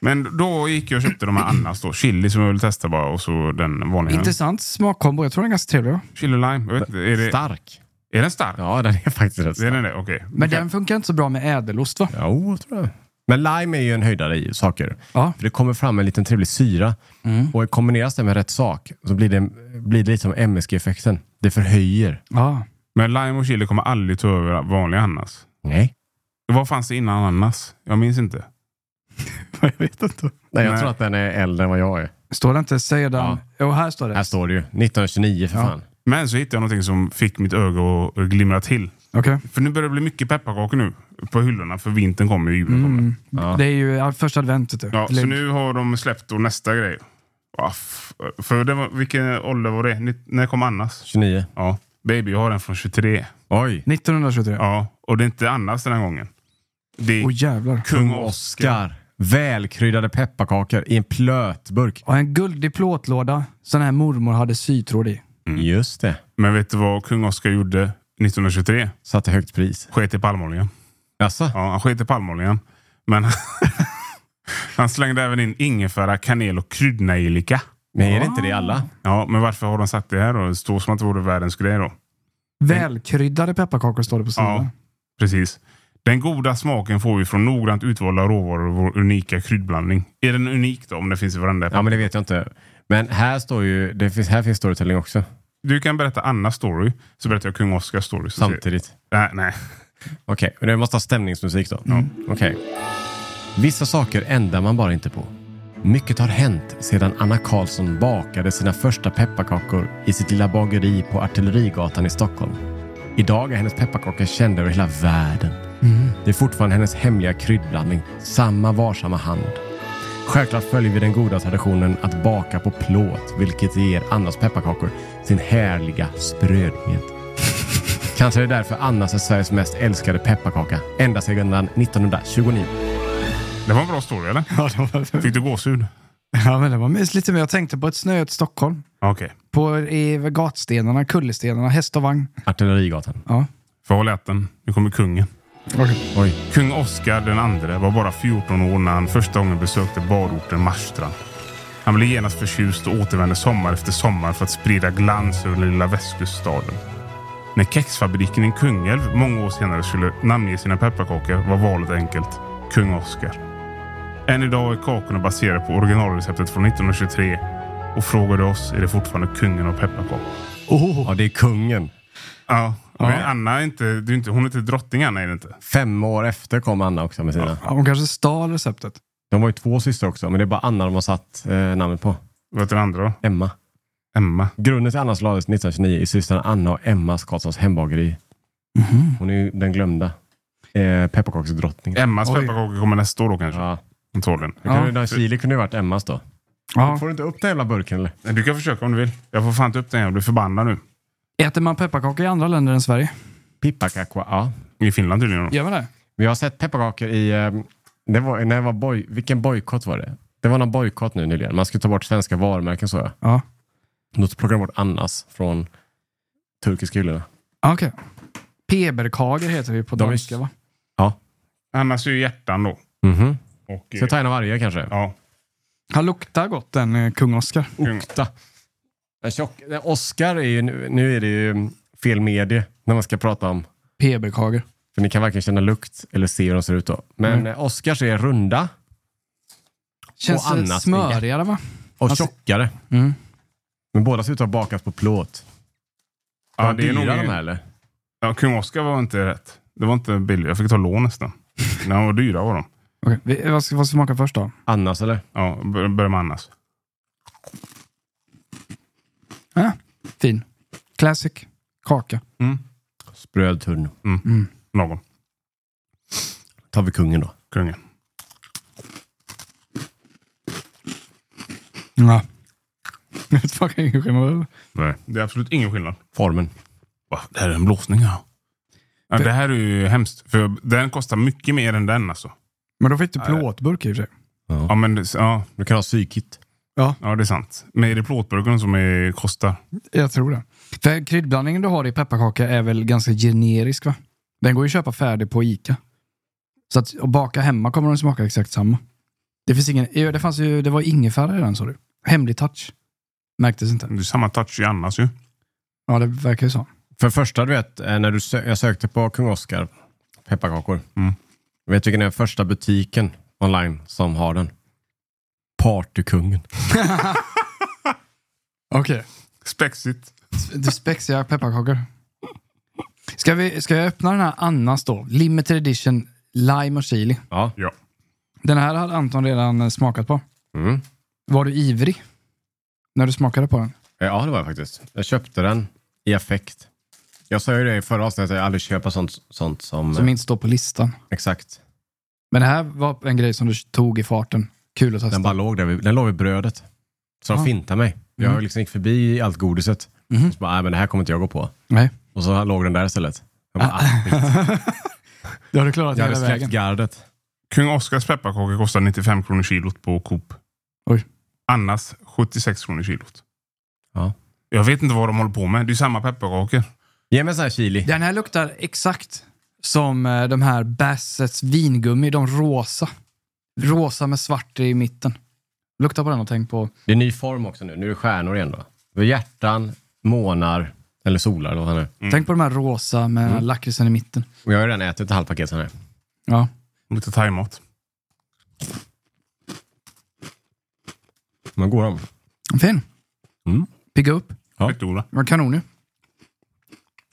A: Men då gick jag och köpte de här annars då. Chili som jag ville testa bara och så den vanliga.
C: Intressant smakkombo. Jag tror den är ganska trevlig. va?
A: Chili lime. Jag vet inte, är, det,
B: Stark.
A: är den stark?
B: Ja, den är faktiskt rätt
A: Är
B: stark.
A: den det? Okej.
C: Men den funkar inte så bra med ädelost va?
B: Jo, jag tror jag. Men lime är ju en höjdare i saker.
C: Ja.
B: För det kommer fram en liten trevlig syra.
A: Mm.
B: Och kombineras det med rätt sak så blir det, blir det lite som MSG-effekten. Det förhöjer.
C: Ja.
A: Men lime och chili kommer aldrig ta över vanlig ananas.
B: Nej.
A: Vad fanns det innan ananas? Jag minns inte.
C: Jag vet inte.
B: Nej, jag
A: Nej.
B: tror att den är äldre än vad jag är.
C: Står det inte Sedan?
B: Ja.
C: Jo, här står det.
B: Här står det ju. 1929 för
C: Ja.
B: fan.
A: Men så hittade jag någonting som fick mitt öga att att glimra till.
C: Okej.
A: För nu börjar det bli mycket pepparkakor nu på hyllorna för vintern kommer ju. Julen kommer.
C: Mm.
B: Ja.
C: Det är ju första typ. adventet. du.
A: Ja, så
C: Lägg-
A: nu har de släppt då nästa grej. Ja, f- för det var, vilken ålder var det? Ni- När kom Annas?
B: 29.
A: Ja. Baby, jag har den från 23.
B: Oj.
C: 1923. Åh
A: Ja, och det är inte Annas den här gången. Det är
C: jävlar.
A: kung Oscar.
B: Oscar. Välkryddade pepparkakor i en plöt burk.
C: Och en guldig plåtlåda sån här mormor hade sytråd i.
A: Mm.
B: Just det.
A: Men vet du vad kung Oscar gjorde 1923?
B: Satte högt pris.
A: Sket i palmoljan.
B: Jaså?
A: Ja, han sket i palmoljan. Men han slängde även in ingefära, kanel och kryddnejlika.
B: Men är det inte det alla?
A: Ja, men varför har de satt det här då? Det står som att det vore världens grej då.
C: Välkryddade pepparkakor står det på sidan.
A: Ja, precis. Den goda smaken får vi från noggrant utvalda råvaror och vår unika kryddblandning. Är den unik då, om det finns i varenda?
B: Ja, men det vet jag inte. Men här står ju, det finns, här finns storytelling också.
A: Du kan berätta Annas story, så berättar jag kung Oscars story. Så ser-
B: Samtidigt.
A: Nej, nej.
B: Okej, men det måste ha stämningsmusik då? Ja. Okej. Vissa saker ändrar man bara inte på. Mycket har hänt sedan Anna Karlsson bakade sina första pepparkakor i sitt lilla bageri på Artillerigatan i Stockholm. Idag är hennes pepparkakor kända över hela världen. Det är fortfarande hennes hemliga kryddblandning, samma varsamma hand. Självklart följer vi den goda traditionen att baka på plåt, vilket ger Annas pepparkakor sin härliga sprödhet. Kanske är det därför Annas är Sveriges mest älskade pepparkaka ända sedan 1929.
A: Det var en bra story, eller?
C: Ja, det var-
A: Fick du gåshud?
C: ja, men det var mysigt. lite mer. Jag tänkte på ett snöigt Stockholm.
A: Okej.
C: På i gatstenarna, kullerstenarna, häst och vagn.
B: Artillerigatan.
C: Ja.
A: För håll i hatten. Nu kommer kungen.
B: Oj.
A: Kung Oscar den andre var bara 14 år när han första gången besökte badorten Marstrand. Han blev genast förtjust och återvände sommar efter sommar för att sprida glans över den lilla västkuststaden. När kexfabriken i Kungälv många år senare skulle namnge sina pepparkakor var valet enkelt. Kung Oscar. Än idag är kakorna baserade på originalreceptet från 1923 och frågar du oss är det fortfarande kungen av pepparkakor.
C: Oh.
B: Ja, det är kungen.
A: Ja, men Anna är inte, det är inte, hon är inte drottning Anna är det inte.
B: Fem år efter kom Anna också med sina.
C: Ja, Hon kanske stal receptet.
B: De var ju två systrar också, men det är bara Anna de har satt eh, namnet på.
A: Vad heter den andra då?
B: Emma.
A: Emma.
B: Grunden till Annas lades 1929 i systrarna Anna och Emma Karlssons hembageri.
C: Mhm.
B: Hon är ju den glömda eh, pepparkaksdrottningen.
A: Emmas
C: Oj.
A: pepparkakor kommer nästa år då kanske.
B: Ja.
A: Antagligen.
B: Det kunde-
C: Eh, Ja.
B: Den chili kunde ju varit Emmas då.
C: Ja.
B: Får du inte upp den jävla burken eller?
A: Du kan försöka om du vill. Jag får fan inte upp den. Jag blir förbannad nu.
C: Äter man pepparkakor i andra länder än Sverige?
B: Pippakakua. Ja.
A: I Finland tydligen.
C: Gör man det?
B: Vi har sett pepparkakor i... eh, Det var, när det var boj, vilken bojkott var det? Det var någon bojkott nu nyligen. Man skulle ta bort svenska varumärken så jag.
C: Ja.
B: Då plockade de bort Annas från turkiska hyllorna.
C: Ja, Okej. Peberkager heter vi på
B: De är-
C: danska va?
A: Annars är ju hjärtan då.
B: mm
A: Och,
B: Ska jag ta en av varje kanske?
A: ja.
C: Han luktar gott den eh, kung Oscar.
B: Okta. Den tjock, den Oscar är ju... Nu nu är det ju fel medie när man ska prata om.
C: Peberkager.
B: För ni kan varken känna lukt eller se hur de ser ut då. Men mm. Oscars är runda
C: Känns
B: Och
C: det
B: annat
C: smörigare va?
B: och
C: Alltså-
B: tjockare.
C: Mm.
B: Men båda ser ut att ha bakats på plåt.
A: ja, det är nog...
B: de här eller?
A: Ja, Kung Oscar var inte rätt. Det var inte billigt. Jag fick ta lån nästan. De var dyra var de.
C: Okej, vi- Vad ska, vad ska smaka först då?
B: Annars eller?
A: Ja, bör- börjar med annars.
C: Ah, fin. Classic. Kaka.
A: Mm.
B: Spröd tunn.
A: Någon.
B: Tar vi kungen då.
A: Kungen.
C: Ja. Det smakar ingen skillnad eller?
A: Nej. Det är absolut ingen skillnad.
B: Formen.
A: Va? Det här är en blåsning ja. ja det här är ju hemskt. För den kostar mycket mer än den alltså.
C: Men då fick du plåtburk i och för sig.
A: Ja, men det, ja,
B: Du kan ha psykigt.
A: ja, det är sant. Men är det plåtburken som är, kostar?
C: Jag tror det. För kryddblandningen du har i pepparkaka är väl ganska generisk va? Den går ju att köpa färdig på Ica. Så att att baka hemma kommer den smaka exakt samma. Det finns ingen... Jo, det fanns ju... Det var ingefära i den sa du. Hemlig touch. Märktes inte.
A: Det är samma touch i annars ju.
C: Ja, det verkar ju så.
B: För första du vet, eh, när du sö- jag sökte på Kung Oscar pepparkakor.
A: Mm.
B: Vet du vilken är den första butiken online som har den? Partykungen.
C: Okej.
A: Spexigt.
C: Du spexiga pepparkakor. Ska, vi, ska jag öppna den här Annas då? Limited edition lime och chili.
B: Ja.
A: Ja.
C: Den här hade Anton redan eh, smakat på.
B: Mm.
C: Var du ivrig när du smakade på den?
B: Eh, Ja, det var jag faktiskt. Jag köpte den i affekt. Jag sa ju det i förra avsnittet, jag aldrig köpa sånt, sånt som...
C: Som inte står på listan.
B: Exakt.
C: Men det här var en grej som du tog i farten. Kul att testa.
B: Den bara låg där, vid, den låg vid brödet. Så de
C: Ah.
B: fintade mig. Jag liksom gick förbi allt godiset.
C: Mhm.
B: Så bara, nej men det här kommer inte jag gå på.
C: Nej.
B: Och så låg den där istället. Jag, bara, ah, skit.
C: Det har du klarat
B: jag hade
C: hela
B: släppt
C: vägen.
B: gardet.
A: Kung Oscars pepparkakor kostar 95 kronor kilot på Coop.
C: Oj.
A: Annas 76 kronor kilot.
B: Ja.
A: Jag vet inte vad de håller på med. Det är samma pepparkakor.
B: Ge mig en sån här chili.
C: Den här luktar exakt som eh, de här Bassets vingummi. De rosa. Rosa med svart i mitten. Lukta på den och tänk på...
B: Det är ny form också nu. Nu är det stjärnor igen då. Det är hjärtan, månar, eller solar eller vad han är.
C: Tänk på de här rosa med lakritsen i mitten.
B: Och jag har ju redan ätit ett halvt paket sån här.
C: Ja.
A: Lite thaimat.
B: Men går de?
C: Fin.
B: Mm.
C: Pigga upp.
B: Ja.
A: Vet du, Ola?
C: Det var kanon ju.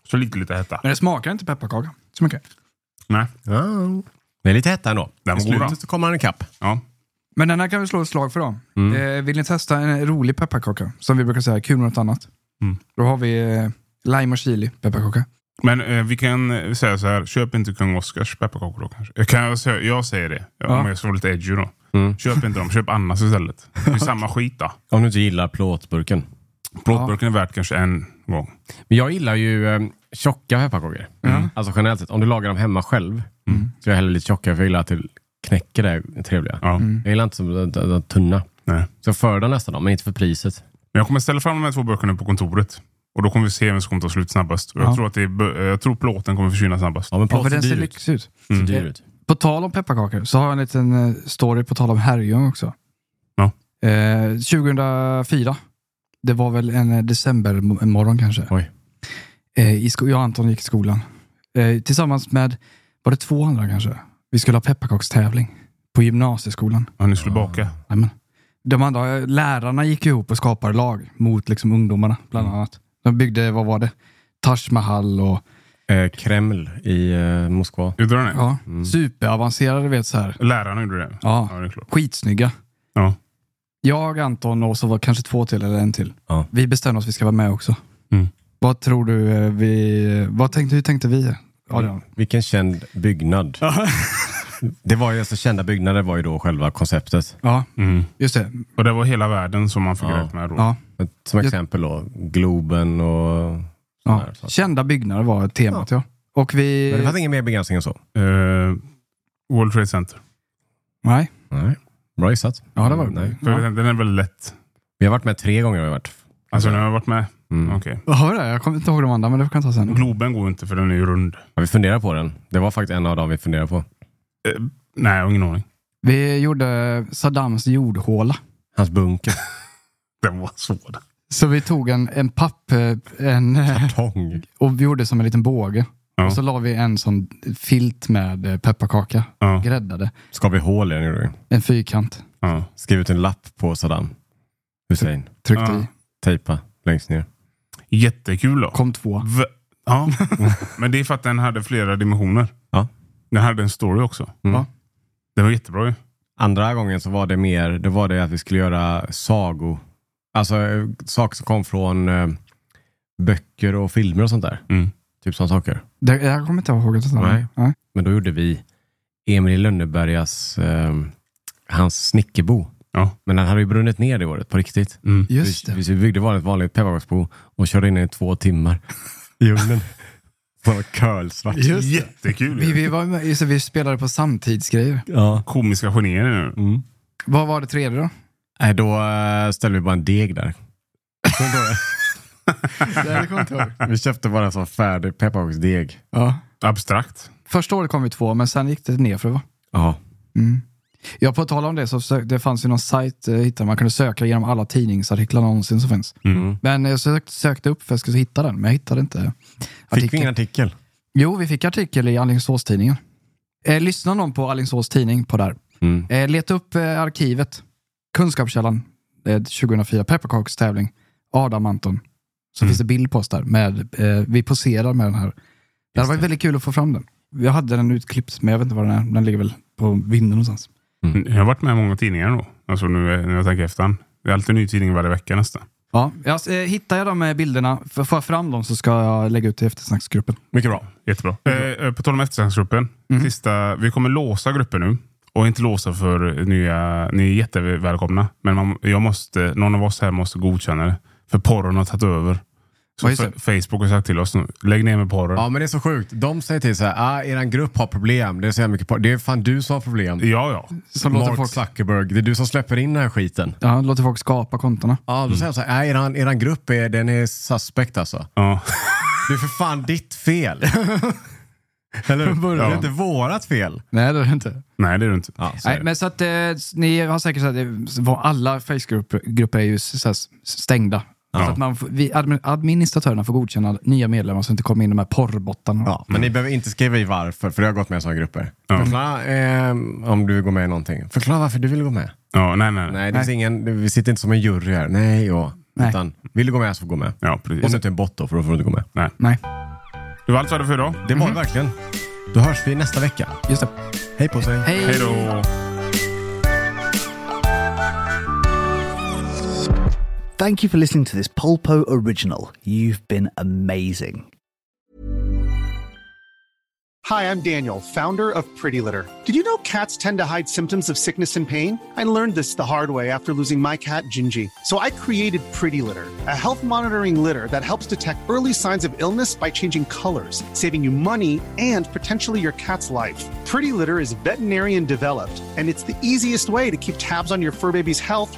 A: Så lite lite hetta.
C: Men det smakar inte pepparkaka så mycket.
A: Nej.
B: Det är lite hett ändå.
A: Den
B: I
A: var god,
B: slutet
A: då.
B: så kommer han ikapp.
A: Ja.
C: Men den här kan vi slå ett slag för då. Eh, vill ni testa en rolig pepparkaka? Som vi brukar säga, kul med något annat.
A: Mm.
C: Då har vi eh, lime och chili pepparkaka.
A: Men eh, vi kan eh, säga så här. Köp inte Kung Oscars pepparkakor då kanske. Eh, Kan jag, säga, jag säger det. Ja.
C: Ja.
A: Om jag ska vara lite edgy då.
B: Mm.
A: Köp inte dem. Köp Annas istället. Det är samma skit då.
B: Om du inte gillar plåtburken.
A: Plåtburken är värt kanske en gång.
B: Men jag gillar ju eh, tjocka pepparkakor. Alltså generellt sett. Om du lagar dem hemma själv så jag häller lite tjockare för jag gillar att det knäcker det trevliga.
A: Ja.
C: Mm.
B: Jag gillar inte som den, den, den tunna.
A: Nej.
B: Så jag föredrar nästan dem, men inte för priset.
A: Men jag kommer ställa fram de här två burkarna på kontoret. Och då kommer vi se vem som kommer ta slut snabbast. Och jag, tror att det är, bu- eh, jag tror plåten kommer försvinna snabbast.
B: Ja, men plåt
C: Ja, för
B: ser Mm.
C: den ser
B: dyr ut.
C: lyxig ut.
B: Ser dyr ut.
C: På tal om pepparkakor så har jag en liten eh, story på tal om Herrljung också.
A: Ja.
C: Eh, 2004. Det var väl en eh, decembermorgon kanske.
B: Oj.
C: Eh, i sko- jag och Anton gick i skolan. Eh, tillsammans med, var det två andra kanske? Vi skulle ha pepparkakstävling på gymnasieskolan.
A: Ja, ni skulle baka.
C: Jajamän. De andra eh, lärarna gick ihop och skapade lag mot liksom ungdomarna bland annat. De byggde, vad var det? Taj Mahal och
B: Eh, Kreml i eh, Moskva.
A: Gjorde den det?
C: ja,
B: Mm.
C: superavancerade, du vet så här.
A: Lärarna gjorde det?
C: Ja.
A: ja det är klart.
C: Skitsnygga.
A: Ja.
C: Jag, Anton och så var kanske två till eller en till.
B: Ja.
C: Vi bestämde oss att vi ska vara med också.
A: Mm.
C: Vad tror du eh, vi... Vad tänkte, hur tänkte vi? Ja, det,
B: Vilken känd byggnad. det var ju alltså kända byggnader var ju då själva konceptet.
C: ja
B: Mm.
C: just det.
A: Och det var hela världen som man fick
B: Ja.
A: räkna med då.
C: Ja.
B: Som exempel då, Globen och
C: Ja.
B: sådär. Så att-
C: Kända byggnader var temat ja. Och vi...
B: Men det fanns ingen mer begränsning än så.
A: Eh, World Trade Center.
C: Nej.
B: Nej. Bra gissat.
C: Ja, det var
B: Mm, Nej.
A: För jag vet inte, Den är väl lätt.
B: Vi har varit med tre gånger. Har vi varit.
A: Alltså när jag har varit med.
B: Mm.
A: Okej.
C: Hör det? Jag kommer inte ihåg de andra, men det kan jag ta sen.
A: Globen går inte för den är ju rund.
B: Ja, vi funderar på den. Det var faktiskt en av dem vi funderade på.
A: Nej, jag har ingen aning.
C: Vi gjorde Saddams jordhåla.
B: Hans bunker.
A: Den var svår.
C: Så vi tog en, en papp... eh, En, eh,
B: Tång.
C: och vi gjorde som en liten båge.
A: Ja.
C: Och så la vi en sån filt med eh, pepparkaka.
A: Ja.
C: Gräddade.
B: Ska vi hål i den gjorde vi.
C: En fyrkant.
A: Ja.
B: Skrev ut en lapp på Saddam Hussein.
C: Tryckte
A: Ja.
C: i.
B: Tejpa längst ner.
A: Jättekul då.
C: Kom två.
A: V- Ja, men det är för att den hade flera dimensioner.
B: Ja.
A: Den hade en story också.
B: Mm.
A: Ja. Den var jättebra ju.
B: Andra gången så var det mer, det var det att vi skulle göra sago. Alltså eh, saker som kom från eh, böcker och filmer och sånt där.
A: Mm.
B: Typ sådana saker.
C: Det, jag kommer inte ihåg att det stämmer.
B: Nej.
C: Nej.
B: Men då gjorde vi Emil i Lönnebergas, eh, hans snickerbo.
A: Ja.
B: Men den hade ju brunnit ner det året på riktigt.
A: Mm.
C: Just
B: vi,
C: det.
B: vi byggde vanligt, vanligt pepparkaksbo och körde in den i två timmar i ugnen. Bara curlsvart.
A: Jättekul.
C: Vi,
A: ju.
C: vi, var ju med, just det, vi spelade på samtidsgrejer.
B: Ja.
A: Komiska genier nu.
B: Mm.
C: Vad var det tredje då?
B: Nej, då eh, ställde vi bara en deg där. Kommer du ihåg det?
C: det kommer jag inte ihåg.
B: vi köpte bara en sån färdig pepparkaksdeg.
C: Ja.
A: Abstrakt.
C: Första året kom vi två, men sen gick det ner för va?
B: Ja.
C: Mm. Ja, på tal om det så sök, det fanns ju någon sajt eh, hittade, man kunde söka genom alla tidningsartiklar någonsin som finns.
B: Mm.
C: Men jag sök, sökte upp för att jag skulle hitta den, men jag hittade inte
B: Fick vi
C: artikeln.
B: ingen artikel?
C: Jo, vi fick artikel i Alingsås-tidningen. Eh, lyssna någon på Alingsås tidning på där.
B: Mm.
C: Eh, leta upp eh, arkivet. Kunskapskällan eh, 2004, pepparkakstävling. Adam Anton. Så
B: Mm.
C: finns det bild på oss där. Med, eh, vi poserar med den här. Det hade varit väldigt kul att få fram den. Jag hade den utklippt, men jag vet inte var den är. Den ligger väl på vinden någonstans.
A: Jag har varit med i många tidningar då. Alltså nu eh, när jag tänker efter. Det är alltid en ny tidning varje vecka nästan.
C: Ja, jag, eh, hittar jag de här bilderna, f- får jag fram dem så ska jag lägga ut i eftersnacksgruppen.
A: Mycket bra. Jättebra. Eh, eh, på tal om eftersnacksgruppen.
B: Mm.
A: Sista, vi kommer låsa gruppen nu. Och inte låsa för nya... Ni är jättevälkomna. Men man, jag måste, någon av oss här måste godkänna det. För porren har tagit över. Så
C: Ja, just
A: fe- Facebook har sagt till oss nu. Lägg ner med porren.
B: Ja, men det är så sjukt. De säger till så här, ah, eran grupp har problem. Det är så jävla mycket po- Det är fan du som har problem.
A: Ja, ja.
C: Som låter
B: Mark
C: folk,
B: Zuckerberg, det är du som släpper in den här skiten.
C: ja, låter folk skapa kontona.
B: Ja, då säger de så här, ah, eran, eran grupp är, den är suspect alltså.
A: ja.
B: Det är för fan ditt fel. Eller hur? Det är
A: Ja.
B: inte vårat fel.
C: Nej, det är det inte.
A: Nej, det är det inte.
B: Ja, så är
C: Nej,
B: det.
C: men så att eh, s- ni har säkert så att det var alla Facebookgrupper grupper är ju s- så här s- stängda. Så att man, får- vi, admin- administratörerna får godkänna nya medlemmar så att det inte kommer in de här porrbottarna.
B: Ja, men ni behöver inte skriva i varför, för jag har gått med i sådana grupper. Förklara ehm, om du vill gå med i någonting. Förklara varför du vill gå med.
A: Ja, nej, nej. nej.
B: Nej, det finns ingen, vi sitter inte som en jury här. Nej, ja.
C: Nej.
B: Utan, vill du gå med så får du gå med.
A: Ja,
B: Och så
A: precis.
B: inte en bot då, för då får du inte gå med.
A: Nej.
C: Nej,
A: Det var allt vi hade för idag.
B: Det var det verkligen. Då hörs vi nästa vecka.
C: just det.
B: Hej på sig.
A: Hej då!
F: Thank you for listening to this Polpo original. You've been amazing.
G: Hi, I'm Daniel, founder of Pretty Litter. Did you know cats tend to hide symptoms of sickness and pain? I learned this the hard way after losing my cat, Gingy. So I created Pretty Litter, a health monitoring litter that helps detect early signs of illness by changing colors, saving you money and potentially your cat's life. Pretty Litter is veterinarian developed, and it's the easiest way to keep tabs on your fur baby's health